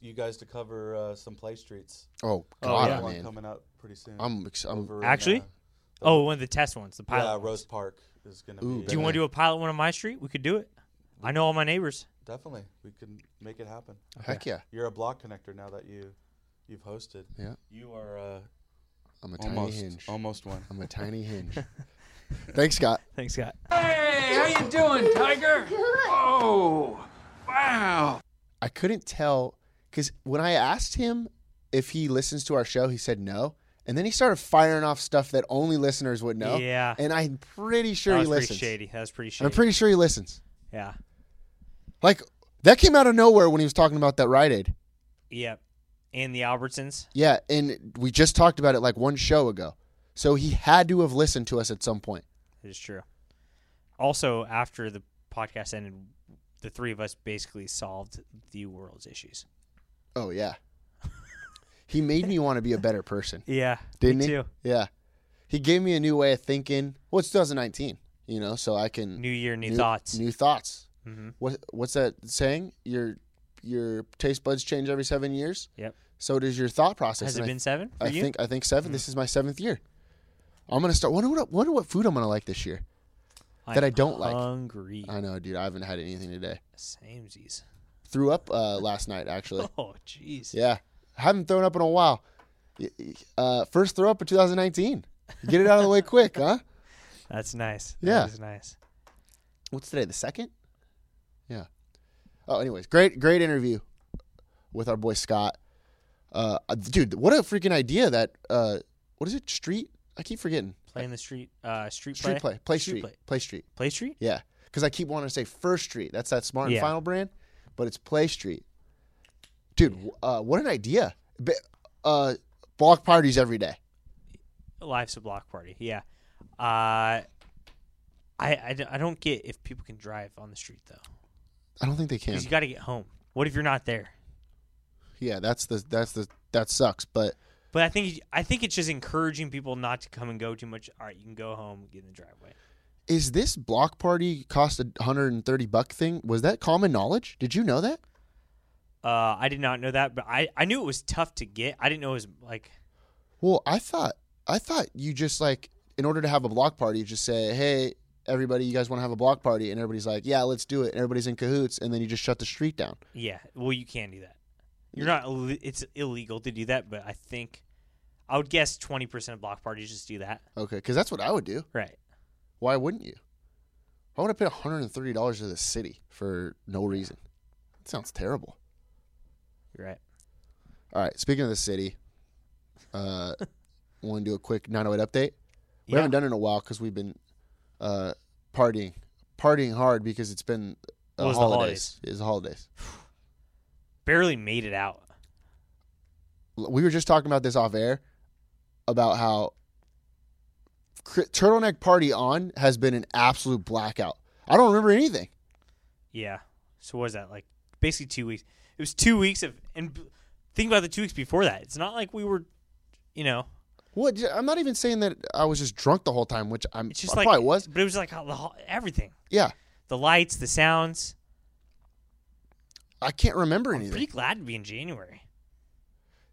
S5: you guys to cover uh, some play streets.
S2: Oh God,
S3: yeah.
S5: One
S2: man!
S5: coming up pretty soon.
S2: I'm ex- I'm
S5: Over in,
S3: Actually?
S5: uh,
S3: Oh, one of the test ones, the pilot.
S5: yeah,
S3: ones.
S5: Rose Park is going to
S2: Ooh,
S5: be. uh,
S3: Do you want to do a pilot one on my street? We could do it. I know all my neighbors.
S5: Definitely. We can make it happen.
S2: heck yeah.
S5: You're a block connector now that you you've hosted.
S2: Yeah.
S5: You are uh,
S2: I'm a tiny
S5: almost
S2: hinge.
S5: almost one.
S2: I'm a tiny hinge. thanks, Scott.
S3: Thanks, Scott.
S6: Hey, how you doing, Tiger? Oh, wow.
S2: I couldn't tell because when I asked him if he listens to our show, he said no. And then he started firing off stuff that only listeners would know.
S3: Yeah.
S2: And I'm pretty sure
S3: That
S2: he
S3: was pretty
S2: listens.
S3: shady. That was pretty shady.
S2: I'm pretty sure he listens.
S3: yeah.
S2: Like, that came out of nowhere when he was talking about that Rite Aid.
S3: Yep. And the Albertsons.
S2: Yeah. And we just talked about it like one show ago. So he had to have listened to us at some point.
S3: It is true. Also, after the podcast ended, the three of us basically solved the world's issues.
S2: Oh, yeah. he made me want to be a better person.
S3: Yeah.
S2: Didn't he? Yeah. He gave me a new way of thinking. Well, it's 2019, you know, so I can.
S3: New year, new, thoughts. Mm-hmm.
S2: New thoughts. What what's that saying? Your your taste buds change every seven years.
S3: yep.
S2: So does your thought process.
S3: Has it
S2: And I-
S3: been seven
S2: I
S3: for you? Mm.
S2: think I think seven. This is my seventh year. I'm gonna start. Wonder what wonder what food I'm gonna like this year. that I don't like.
S3: hungry.
S2: I know, dude. I haven't had anything today.
S3: Samesies.
S2: Threw up uh, last night actually.
S3: Oh, jeez.
S2: Yeah, haven't thrown up in a while. Y- y- Uh, first throw up of 2019. Get it out of the way quick, huh?
S3: That's nice.
S2: Yeah.
S3: That is nice.
S2: What's today? The second? Yeah. Oh, anyways, great great interview with our boy Scott. Uh, uh, dude, what a freaking idea that. Uh, what is it? Street? I keep forgetting.
S3: Play in the street. Uh, street,
S2: Street play. Play street.
S3: play.
S2: Play street.
S3: Play street.
S2: Yeah, because I keep wanting to say First Street. That's that Smart and
S3: Yeah.
S2: Final brand, but it's Play Street. Dude, w- uh, what an idea! Ba- Uh, block parties every day.
S3: Life's a block party. Yeah. Uh, I, I, d- I don't get if people can drive on the street though,
S2: I don't think they can.
S3: because you got to get home. What if you're not there?
S2: Yeah, that's the that's the that sucks. But
S3: But I think I think it's just encouraging people not to come and go too much. All right, you can go home, get in the driveway.
S2: is this block party cost a hundred and thirty buck thing? Was that common knowledge? Did you know that?
S3: Uh, I did not know that, but I, I knew it was tough to get. I didn't know it was like
S2: Well, I thought I thought you just like in order to have a block party, you just say, "Hey, everybody, you guys want to have a block party?" And everybody's like, "Yeah, let's do it." And everybody's in cahoots, and then you just shut the street down.
S3: yeah. Well, you can do that. You're not. ill- It's illegal to do that, but I think I would guess twenty percent of block parties just do that.
S2: Okay, because that's what I would do.
S3: Right.
S2: Why wouldn't you? Why would I pay one hundred and thirty dollars to the city for no reason? That sounds terrible.
S3: You're right.
S2: All right. Speaking of the city, uh, want to do a quick nine hundred eight update? We
S3: Yeah.
S2: haven't done it in a while because we've been uh, partying, partying hard because it's been uh,
S3: Well, it's the
S2: holidays. It's the holidays.
S3: Barely made it out.
S2: L- We were just talking about this off air about how cr- turtleneck party on has been an absolute blackout. I don't remember anything.
S3: Yeah. So what was that like? Basically two weeks. It was two weeks of and b- think about the two weeks before that. It's not like we were, you know.
S2: What? I'm not even saying that I was just drunk the whole time, which I'm
S3: It's just
S2: I
S3: like
S2: probably was.
S3: but it was like all the, ho- everything,
S2: Yeah,
S3: the lights, the sounds.
S2: I can't remember anything.
S3: Pretty glad to be in January.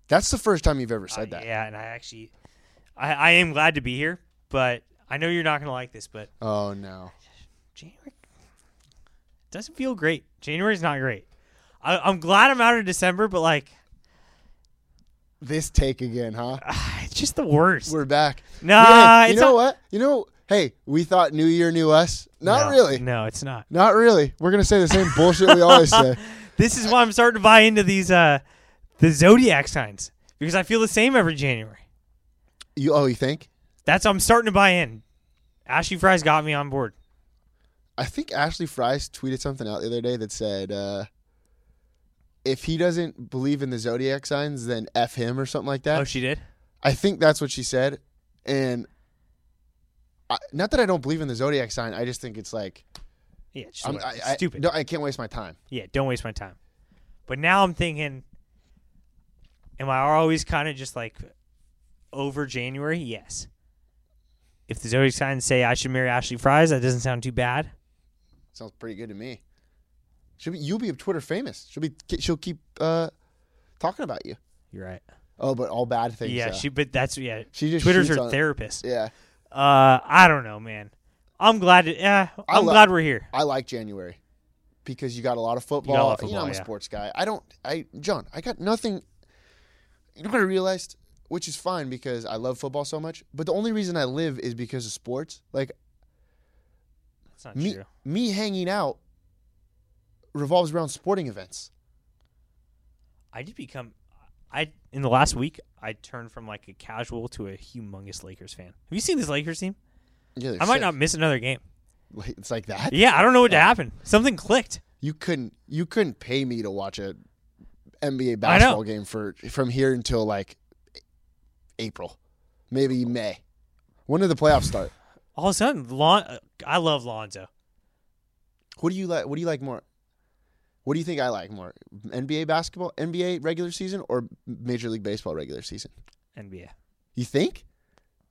S2: That's the first time you've ever
S3: Uh,
S2: said that.
S3: Yeah, and I actually, I, I am glad to be here, but I know you're not gonna like this, but
S2: Oh no.
S3: January doesn't feel great. January's not great. I, I'm glad I'm out of December, but like,
S2: This take again, huh?
S3: it's just the worst.
S2: We're back.
S3: Nah,
S2: Hey, you
S3: it's
S2: know
S3: not-
S2: what? You know, hey, we thought New Year, New Us. Not
S3: No,
S2: really.
S3: No, it's not.
S2: Not really. We're gonna say the same bullshit we always say.
S3: This is why I'm starting to buy into these uh the zodiac signs because I feel the same every January.
S2: You oh, you think?
S3: That's I'm starting to buy in. Ashy Fries got me on board.
S2: I think Ashley Fries tweeted something out the other day that said, uh, "If he doesn't believe in the zodiac signs, then f him" or something like that.
S3: Oh, she did.
S2: I think that's what she said, and I, not that I don't believe in the zodiac sign. I just think it's like
S3: Yeah, it's just
S2: I'm,
S3: wa-
S2: I,
S3: it's
S2: I-
S3: stupid.
S2: no, I can't waste my time.
S3: yeah, don't waste my time. But now I'm thinking, am I always kind of just like over January? Yes. If the zodiac signs say I should marry Ashley Fries, that doesn't sound too bad.
S2: Sounds pretty good to me. She'll be, you'll be Twitter famous. She'll be. She'll keep uh, talking about you.
S3: You're right.
S2: Oh, but all bad things.
S3: Yeah,
S2: though.
S3: she. But that's yeah.
S2: She just
S3: Twitter's
S2: shoots
S3: her
S2: on-
S3: therapist.
S2: Yeah,
S3: Uh, I don't know, man. I'm glad. To, yeah,
S2: I
S3: I'm
S2: lo-
S3: glad we're here.
S2: I like January because you got a lot of football.
S3: lot of
S2: you know,
S3: football,
S2: I'm a
S3: yeah.
S2: sports guy. I don't. I John. I got nothing. You know what I realized, which is fine because I love football so much. But the only reason I live is because of sports. Like
S3: That's not
S2: me,
S3: true.
S2: me hanging out revolves around sporting events.
S3: I did become. I in the last week, I turned from like a casual to a humongous Lakers fan. Have you seen this Lakers team?
S2: Yeah,
S3: I might not miss another game.
S2: not. It's like that.
S3: Yeah, I don't know what to happen. Something clicked.
S2: You couldn't you couldn't pay me to watch a NBA
S3: I know.
S2: basketball game for from here until like April, maybe May. When did the playoffs start?
S3: All of a sudden, Lon- uh, I love Lonzo.
S2: What do you like? What do you like more? What do you think I like more? NBA basketball, NBA regular season, or Major League Baseball regular season?
S3: NBA.
S2: You think?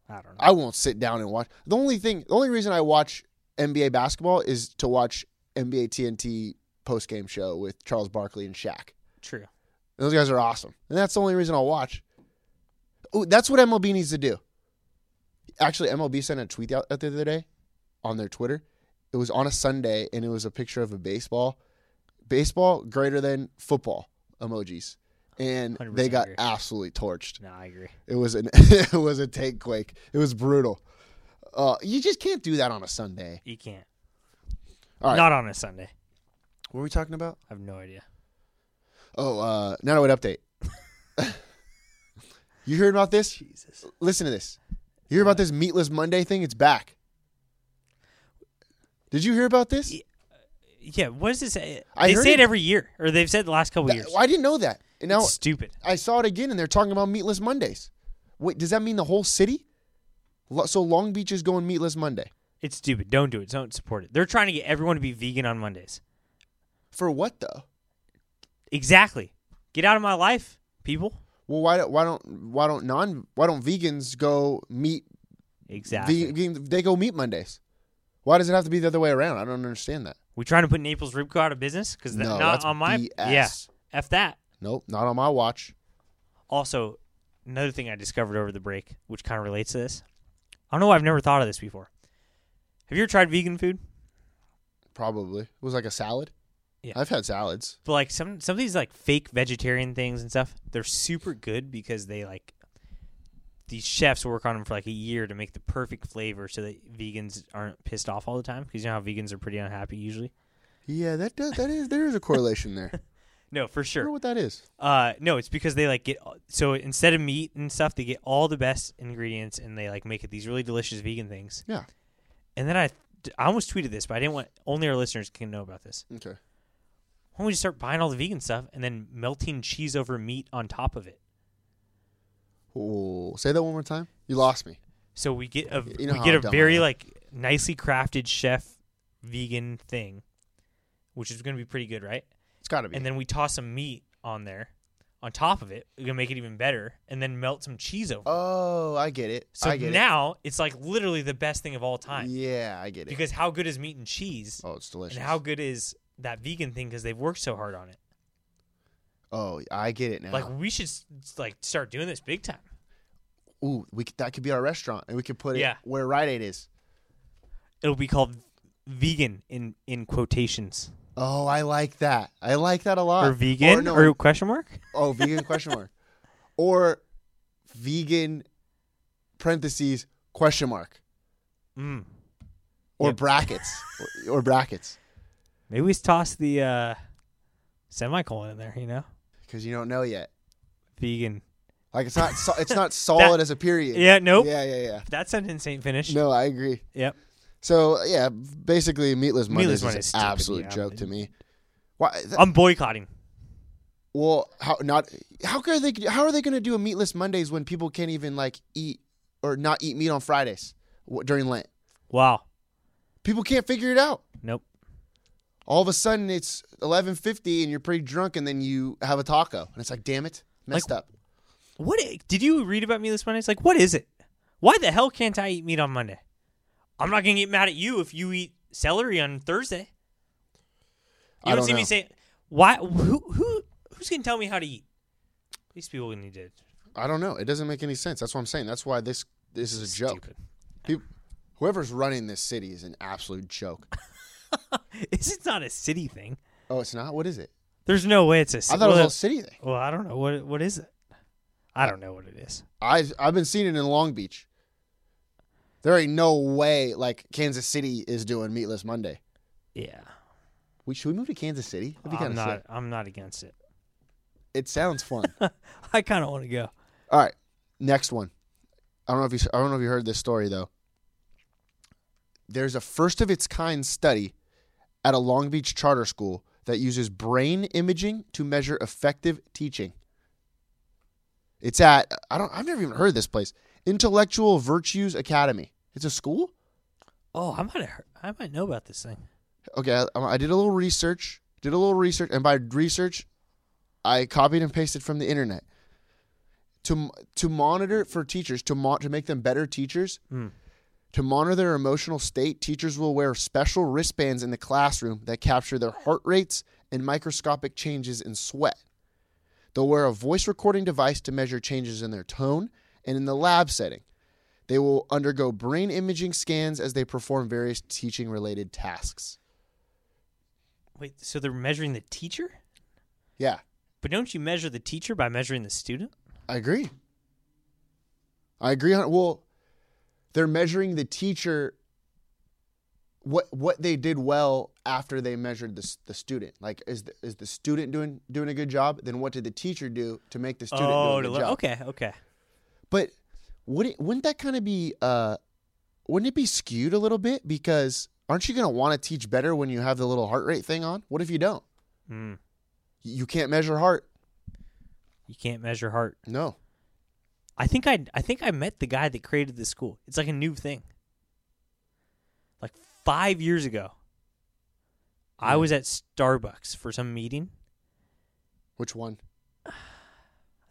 S3: I don't know.
S2: I won't sit down and watch. The only thing, the only reason I watch NBA basketball is to watch NBA TNT post game show with Charles Barkley and Shaq.
S3: True.
S2: And those guys are awesome. And that's the only reason I'll watch. Ooh, that's what MLB needs to do. Actually, MLB sent a tweet out out the other day on their Twitter. It was on a Sunday and it was a picture of a baseball. Baseball greater than football emojis. And
S3: 100%
S2: they got
S3: agree.
S2: absolutely torched.
S3: No, I agree.
S2: It was an it was a take quake. It was brutal. Uh, you just can't do that on a Sunday.
S3: You can't.
S2: All right.
S3: Not on a Sunday.
S2: What were we talking about?
S3: I have no idea.
S2: Oh, uh, now what update? you heard about this?
S3: Jesus.
S2: Listen to this. You hear about this meatless Monday thing? It's back. Did you hear about this?
S3: Yeah, what does it say?
S2: I
S3: they
S2: heard
S3: say it,
S2: it-
S3: every year, or they've said the last couple years.
S2: I didn't know that. And now
S3: It's stupid.
S2: I saw it again, and they're talking about meatless Mondays. Wait, does that mean the whole city? Lo- So Long Beach is going meatless Monday
S3: It's stupid. Don't do it. Don't support it. They're trying to get everyone to be vegan on Mondays.
S2: for what though?
S3: Exactly. Get out of my life, people.
S2: Well, why don't why don't why don't non why don't vegans go meat
S3: Exactly.
S2: ve- vegan, they go meat Mondays? Why does it have to be the other way around? I don't understand that.
S3: we trying to put Naples Rib Co out of business because
S2: No,
S3: not
S2: that's
S3: on my yeah.
S2: BS.
S3: F that.
S2: Nope, not on my watch.
S3: Also, another thing I discovered over the break, which kind of relates to this. I don't know. why I've never thought of this before. Have you ever tried vegan food?
S2: Probably it was like a salad.
S3: Yeah.
S2: I've had salads.
S3: But like some some of these like fake vegetarian things and stuff, they're super good because they like these chefs work on them for like a year to make the perfect flavor so that vegans aren't pissed off all the time because you know how vegans are pretty unhappy usually.
S2: Yeah, that does that is there is a correlation there.
S3: No, for
S2: I don't know
S3: sure.
S2: what that is.
S3: Uh, no, it's because they like get so instead of meat and stuff, they get all the best ingredients and they like make it these really delicious vegan things.
S2: Yeah.
S3: And then I, I almost tweeted this, but I didn't want only our listeners can know about this.
S2: Okay.
S3: Why don't we just start buying all the vegan stuff and then melting cheese over meat on top of it?
S2: Ooh, say that one more time. You lost me.
S3: So we get a
S2: you know
S3: we
S2: how
S3: get a
S2: dumb I
S3: very
S2: am.
S3: like nicely crafted chef vegan thing, which is going to be pretty good, right?
S2: It's got to be.
S3: And then we toss some meat on there, on top of it. We're gonna make it even better, and then melt some cheese over. it.
S2: oh, I get it.
S3: so
S2: I get
S3: now it's like literally the best thing of all
S2: it.
S3: time
S2: Yeah, I get it.
S3: because how good is meat and cheese,
S2: oh, it's delicious.
S3: and how good is that vegan thing because they've worked so hard on it.
S2: oh, I get it now.
S3: Like we should s- like start doing this big time.
S2: ooh, we could, that could be our restaurant, and we could put it
S3: Yeah.
S2: where Rite Aid is.
S3: It'll be called vegan in in quotations
S2: Oh, I like that. I like that a lot.
S3: or vegan
S2: Uh, no,
S3: or question mark.
S2: oh, vegan question mark, or vegan parentheses question mark
S3: Mm.
S2: or brackets or, or brackets
S3: Maybe we toss the uh, semicolon in there, you know?
S2: because you don't know yet.
S3: Vegan.
S2: Like it's not so, it's not solid as a period.
S3: Yeah, nope.
S2: Yeah, yeah, yeah.
S3: That sentence ain't finished.
S2: No, I agree.
S3: Yep.
S2: So yeah, basically, meatless Mondays
S3: Meatless
S2: is
S3: Mondays is
S2: an
S3: stupid,
S2: absolute
S3: yeah.
S2: joke to me. Why? th-
S3: I'm boycotting.
S2: well, how not? How are they? How are they going to do a meatless Mondays when people can't even like eat or not eat meat on Fridays w- during Lent?
S3: Wow.
S2: People can't figure it out.
S3: Nope.
S2: All of a sudden, it's eleven fifty, and you're pretty drunk, and then you have a taco, and it's like, damn it, messed
S3: Like-
S2: up.
S3: What i- did you read about me this Monday? It's like, what is it? Why the hell can't I eat meat on Monday? I'm not gonna get mad at you if you eat celery on Thursday. You
S2: I don't
S3: see
S2: know.
S3: me say why who who who's gonna tell me how to eat? These people need to
S2: I don't know. It doesn't make any sense. That's what I'm saying. That's why this this is a joke.
S3: stupid.
S2: People, whoever's running this city is an absolute joke.
S3: This is not a city thing.
S2: Oh, it's not. What is it?
S3: There's no way it's a city.
S2: I thought it was
S3: well,
S2: all city thing.
S3: well, I don't know what what is it. I don't know what it is.
S2: I I've been seeing it in Long Beach. There ain't no way like Kansas City is doing Meatless Monday.
S3: Yeah,
S2: We should we move to Kansas City? That'd be
S3: I'm
S2: kinda
S3: not.
S2: sick.
S3: I'm not against it.
S2: It sounds fun.
S3: I kind of want to go.
S2: All right, next one. I don't know if you I don't know if you heard this story though. There's a first of its kind study at a Long Beach charter school that uses brain imaging to measure effective teaching. It's at I don't I've never even heard of this place. Intellectual Virtues Academy. It's a school?
S3: Oh, I might. Have, heard- I might know about this thing.
S2: okay, I, I did a little research, did a little research, and by research, I copied and pasted from the internet to m- to monitor for teachers to mo- to make them better teachers. To monitor their emotional state, teachers will wear special wristbands in the classroom that capture their heart rates and microscopic changes in sweat. They'll wear a voice recording device to measure changes in their tone and in the lab setting. They will undergo brain imaging scans as they perform various teaching related tasks.
S3: Wait, so they're measuring the teacher?
S2: Yeah,
S3: But don't you measure the teacher by measuring the student?
S2: I agree. I agree on well, they're measuring the teacher what what they did well after they measured the s- the student. Like is the, is the student doing doing a good job? Then what did the teacher do to make the student do a
S3: Oh, to
S2: good
S3: le-
S2: job?
S3: okay, okay.
S2: But wouldn't wouldn't that kind of be uh wouldn't it be skewed a little bit because aren't you going to want to teach better when you have the little heart rate thing on? What if you don't? Hmm.
S3: Mm.
S2: You you can't measure heart.
S3: You can't measure heart.
S2: No.
S3: I think I I think I met the guy that created this school. It's like a new thing. Like five years ago,
S2: Hmm.
S3: I was at Starbucks for some meeting.
S2: Which one?
S3: I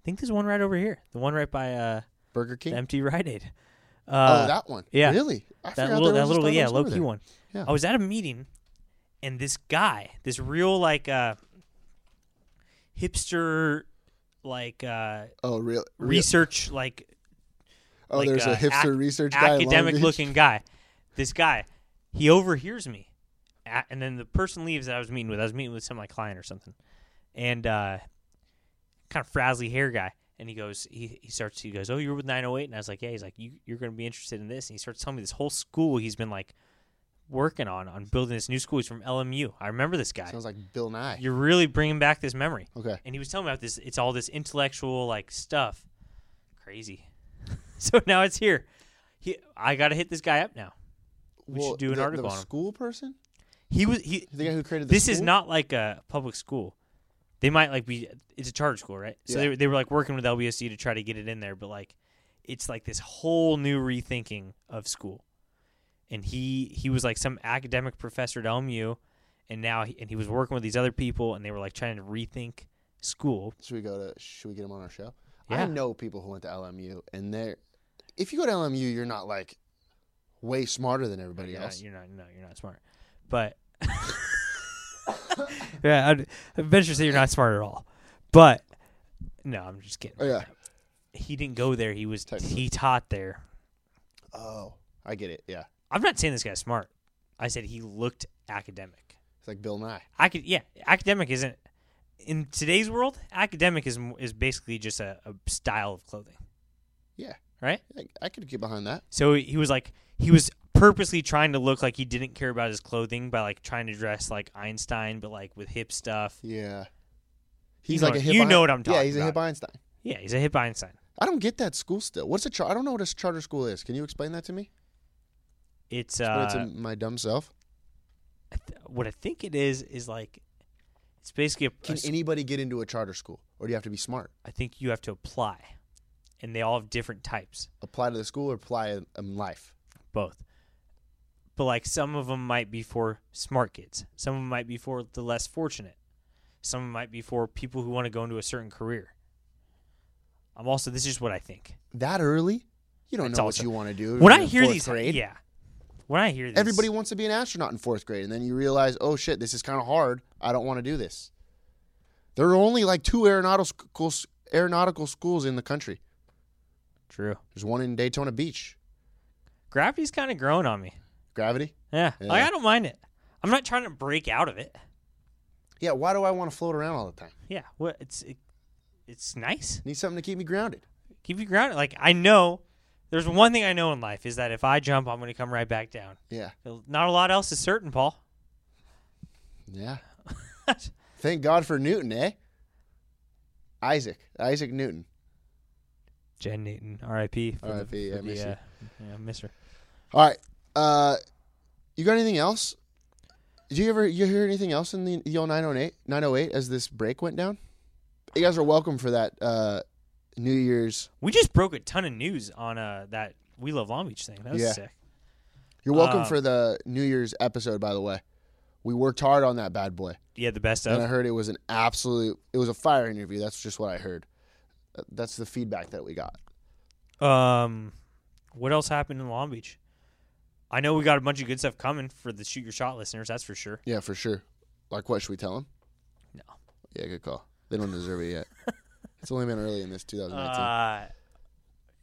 S3: think there's one right over here, the one right by uh,
S2: Burger King?
S3: the empty Rite Aid. Uh,
S2: oh, that one.
S3: yeah.
S2: Really? I forgot
S3: that
S2: there
S3: little
S2: was
S3: that
S2: a
S3: little yeah
S2: Starbucks over
S3: low key
S2: there.
S3: one.
S2: Yeah.
S3: I was at a meeting, and this guy, this real like uh, hipster, like uh,
S2: Oh, real, real-
S3: research like
S2: Oh,
S3: like,
S2: there's
S3: uh,
S2: a hipster
S3: ac-
S2: research guy. in Long
S3: academic
S2: Beach?
S3: looking guy. This guy, he overhears me, A and then the person leaves that I was meeting with. I was meeting with some like client or something, and uh, kind of frazzly hair guy. And he goes, he, he starts, he goes, oh, you're with 908, and I was like, yeah. He's like, you, you're going to be interested in this, and he starts telling me this whole school he's been like working on on building this new school. He's from LMU. I remember this guy.
S2: Sounds like Bill Nye.
S3: You're really bringing back this memory.
S2: Okay.
S3: And he was telling me about this. It's all this intellectual like stuff. Crazy. so now it's here. He, I gotta hit this guy up now. We
S2: Well,
S3: should do an
S2: the,
S3: article
S2: the
S3: on him.
S2: school person.
S3: He was he.
S2: The guy who created the
S3: This is
S2: school?
S3: not like a public school. They might like be. It's a charter school, right? So
S2: Yeah.
S3: they they were like working with LBSU to try to get it in there, but like, it's like this whole new rethinking of school. And he he was like some academic professor at LMU, and now he, and he was working with these other people, and they were like trying to rethink school.
S2: Should we go to? Should we get him on our show?
S3: Yeah.
S2: I know people who went to LMU, and they're. If you go to LMU, you're not like way smarter than everybody
S3: you're
S2: else.
S3: Not, you're not. No, you're not smart. But yeah, I'd, I'd venture to say you're not smart at all. But no, I'm just kidding.
S2: Oh, yeah.
S3: He didn't go there. He was
S2: Technically.
S3: he taught there.
S2: Oh, I get it. Yeah,
S3: I'm not saying this guy's smart. I said he looked academic.
S2: it's like Bill Nye.
S3: I could yeah, academic isn't in today's world. Academic is m- is basically just a, a style of clothing,
S2: Yeah,
S3: right?
S2: I, I could get behind that.
S3: So he was like he was purposely trying to look like he didn't care about his clothing by like trying to dress like Einstein but like with hip stuff.
S2: Yeah. He's
S3: know
S2: like a
S3: what-
S2: hip
S3: you
S2: Ein-
S3: know what I'm
S2: Yeah,
S3: talking
S2: he's a hip
S3: about.
S2: Einstein.
S3: Yeah, he's a hip Einstein.
S2: I don't get that school still. What's a char- I don't know what a charter school is. Can you explain that to me?
S3: It's
S2: Explain
S3: uh
S2: it to my dumb self.
S3: I th- what I think it is is like it's basically a, a
S2: Can
S3: s-
S2: anybody get into a charter school, or do you have to be smart?
S3: I think you have to apply. And they all have different types,
S2: Apply to the school or apply in in life?
S3: both. But like some of them might be for smart kids. Some of them might be for the less fortunate. Some of 'em might be for people who want to go into a certain career. I'm also this is what I think.
S2: That early, you don't
S3: It's
S2: know
S3: also-
S2: what you want to do.
S3: when
S2: in
S3: I hear
S2: fourth
S3: these,
S2: grade.
S3: yeah, when I hear these,
S2: everybody wants to be an astronaut in fourth grade, and then you realize, oh shit, this is kind of hard. I don't want to do this. There are only like two aeronautical aeronautical schools in the country.
S3: true.
S2: There's one in Daytona Beach.
S3: Gravity's kind of growing on me.
S2: Gravity.
S3: Yeah,
S2: Yeah.
S3: Like, I don't mind it. I'm not trying to break out of it.
S2: Yeah, why do I want to float around all the time?
S3: Yeah, what it's it, it's nice.
S2: Need something to keep me grounded.
S3: Keep you grounded. Like I know, there's one thing I know in life is that if I jump, I'm going to come right back down.
S2: Yeah,
S3: Not a lot else is certain, Paul.
S2: yeah. Thank God for Newton, eh? Isaac, Isaac Newton.
S3: Jen Newton, R.I.P. for the-
S2: R.I.P.,
S3: for
S2: I
S3: the,
S2: miss you.
S3: uh, yeah, I miss her.
S2: All right. Uh, you got anything else? Did you ever you hear anything else in the oh Yo 908 908 as this break went down? You guys are welcome for that uh, New Year's.
S3: We just broke a ton of news on uh that We Love Long Beach thing. That was
S2: Yeah.
S3: sick.
S2: You're welcome
S3: Uh,
S2: for the New Year's episode. By the way, we worked hard on that bad boy,
S3: Yeah, the best
S2: and I
S3: of.
S2: heard it was an absolute. It was a fire interview. That's just what I heard. Uh, That's the feedback that we got.
S3: Um, what else happened in Long Beach? I know we got a bunch of good stuff coming for the shoot your shot listeners. That's for sure.
S2: Yeah, for sure. Like, what should we tell them?
S3: No.
S2: Yeah, good call. They don't deserve it yet. It's only been early in this 2019.
S3: Uh,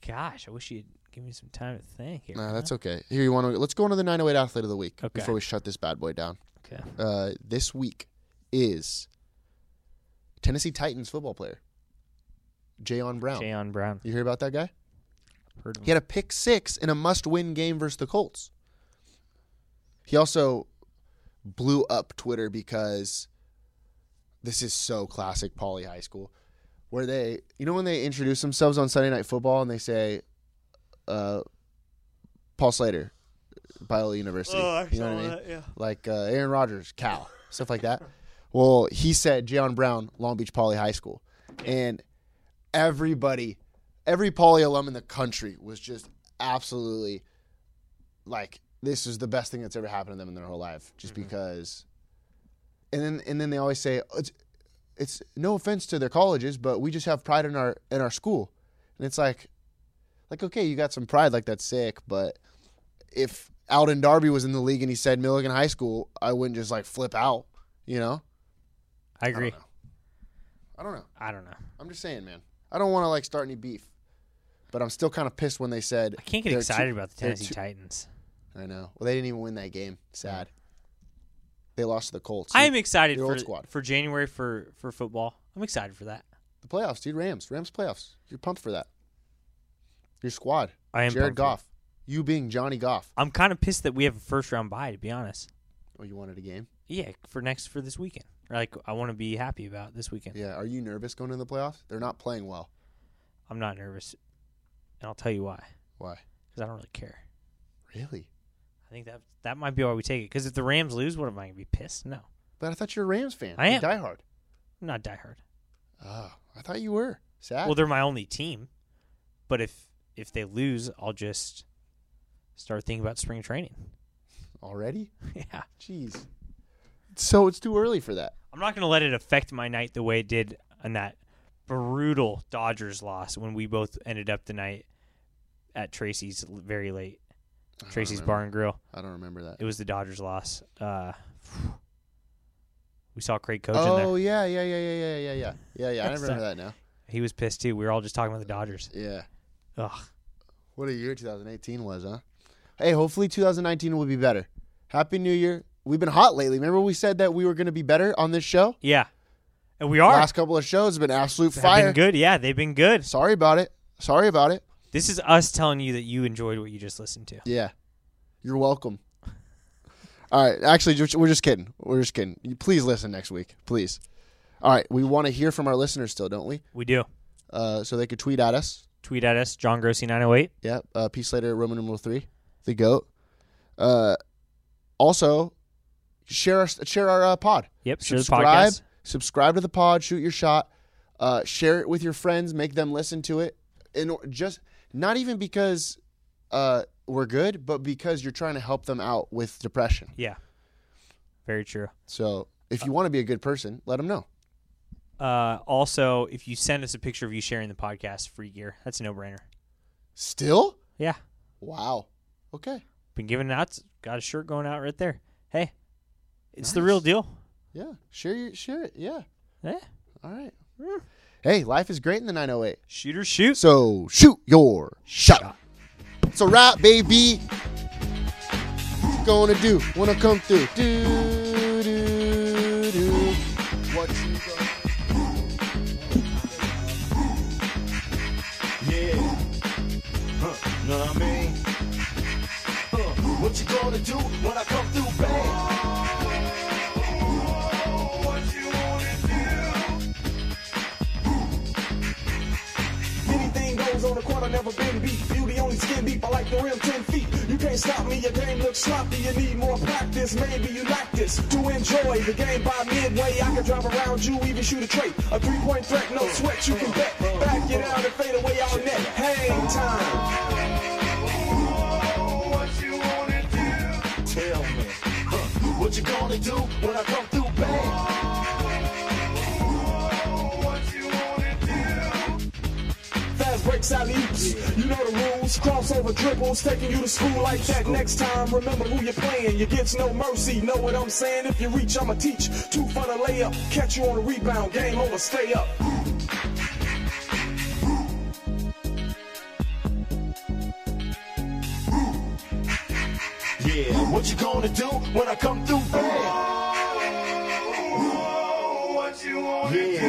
S3: gosh, I wish you'd give me some time to think here.
S2: nah, that's okay. Here, you want to let's go into the 908 athlete of the week
S3: Okay.
S2: before we shut this bad boy down.
S3: okay.
S2: Uh, this week is Tennessee Titans football player Jayon Brown.
S3: Jayon Brown.
S2: You hear about that guy?
S3: Heard of
S2: He
S3: him.
S2: had a pick six in a must-win game versus the Colts. He also blew up Twitter because this is so classic Poly High School, where they, you know, when they introduce themselves on Sunday Night Football and they say, uh, "Paul Slater, Biola University," you know what I mean? Like uh, Aaron Rodgers, Cal, stuff like that. Well, he said Jayon Brown, Long Beach Poly High School, and everybody, every Poly alum in the country was just absolutely like, this is the best thing that's ever happened to them in their whole life, just because. And then and then they always say "Oh, it's, it's no offense to their colleges, but we just have pride in our in our school, and it's like, like okay, you got some pride, like that's sick, but if Alden Darby was in the league and he said Milligan High School, I wouldn't just like flip out, you know?
S3: I agree.
S2: I don't know.
S3: I don't know.
S2: I'm just saying, man. I don't want to like start any beef, but I'm still kind of pissed when they said
S3: I can't get
S2: they're
S3: excited
S2: too-
S3: about the
S2: they're
S3: Tennessee
S2: too-
S3: Titans.
S2: I know. Well, they didn't even win that game. Sad. They lost to the Colts.
S3: I am excited
S2: the old
S3: for
S2: squad.
S3: for January for for football. I'm excited for that.
S2: the playoffs, dude. Rams. Rams playoffs. You're pumped for that. Your squad.
S3: I am
S2: Jared
S3: pumped for it.
S2: Goff. You being Johnny Goff.
S3: I'm kind of pissed that we have a first round bye. To be honest,
S2: Oh, you wanted a game?
S3: yeah, for next for this weekend. Or, Like I want to be happy about this weekend.
S2: Yeah. Are you nervous going into the playoffs? They're not playing well.
S3: I'm not nervous, and I'll tell you why.
S2: Why?
S3: Because I don't really care.
S2: Really?
S3: I think that that might be why we take it. Because if the Rams lose, what am I gonna be pissed? No,
S2: But I thought you were a Rams fan.
S3: I
S2: You
S3: am.
S2: Diehard.
S3: I'm not diehard.
S2: Oh, I thought you were. Sad.
S3: Well, they're my only team. But if if they lose, I'll just start thinking about spring training.
S2: already.
S3: yeah,
S2: Jeez. So it's too early for that.
S3: I'm not gonna let it affect my night the way it did on that brutal Dodgers loss when we both ended up the night at Tracy's l- very late. Tracy's Bar and Grill.
S2: I don't remember that.
S3: It was the Dodgers loss. Uh, we saw Craig Coach in
S2: Oh
S3: there.
S2: yeah, yeah, yeah, yeah, yeah, yeah, yeah, yeah, yeah. I
S3: That's
S2: remember
S3: not-
S2: that now.
S3: He was pissed too. We were all just talking about the Dodgers.
S2: Yeah.
S3: Ugh.
S2: What a year 2018 was, huh? Hey, hopefully 2019 will be better. Happy New Year. We've been hot lately. Remember we said that we were going to be better on this show?
S3: Yeah, and we are.
S2: Last couple of shows have been absolute
S3: They've
S2: fire.
S3: Been good. Yeah, they've been good.
S2: Sorry about it. Sorry about it.
S3: This is us telling you that you enjoyed what you just listened to.
S2: Yeah. You're welcome. All right. Actually, just- we're just kidding. We're just kidding. You- Please listen next week. Please. All right. We want to hear from our listeners still, don't we?
S3: We do.
S2: Uh, so they could tweet at us.
S3: Tweet at us, John Grossi nine oh eight.
S2: Yeah. Uh, Peace later, Roman numeral three, the goat. Uh, also, share our share our uh, pod.
S3: Yep, share the
S2: Subscribe.
S3: podcast.
S2: Subscribe to the pod. Shoot your shot. Uh, share it with your friends. Make them listen to it. And or- just not even because uh, we're good, but because you're trying to help them out with depression.
S3: Yeah. Very true.
S2: So if you want to be a good person, let them know.
S3: Uh, also, if you send us a picture of you sharing the podcast, free gear. That's a no brainer.
S2: Still,
S3: Yeah.
S2: wow. Okay.
S3: Been giving it out. Got a shirt going out right there. Hey, it's the real deal.
S2: Yeah. Share your share it. Yeah.
S3: Yeah.
S2: All right. Hey, life is great in the 908.
S3: Shooter shoots.
S2: So shoot your shot. It's a wrap, baby. Gonna do when I come through. Do, do, do. What you gonna-
S7: Yeah. Huh, know what I mean? Huh, what you gonna do when I come through, babe? what you wanna do? Anything goes on the court, I never been beat. Beauty only skin deep, I like the rim 10 feet. You can't stop me, your game looks sloppy. You need more practice, maybe you like this. To enjoy the game by midway, I can drive around you, even shoot a trait. A three point threat, no sweat, you can bet. Back it out and fade away all net. Hang time. Tell me, huh, what you gonna do when I come through, babe? Fast breaks out oops. You know the rules. Crossover dribbles, taking you to school like that. Next time, remember who you're playing. You gets no mercy. Know what I'm saying? If you reach, I'ma teach. Two for the layup. Catch you on a rebound. Game over. Stay up.
S5: What you gonna do when I come through? Yeah.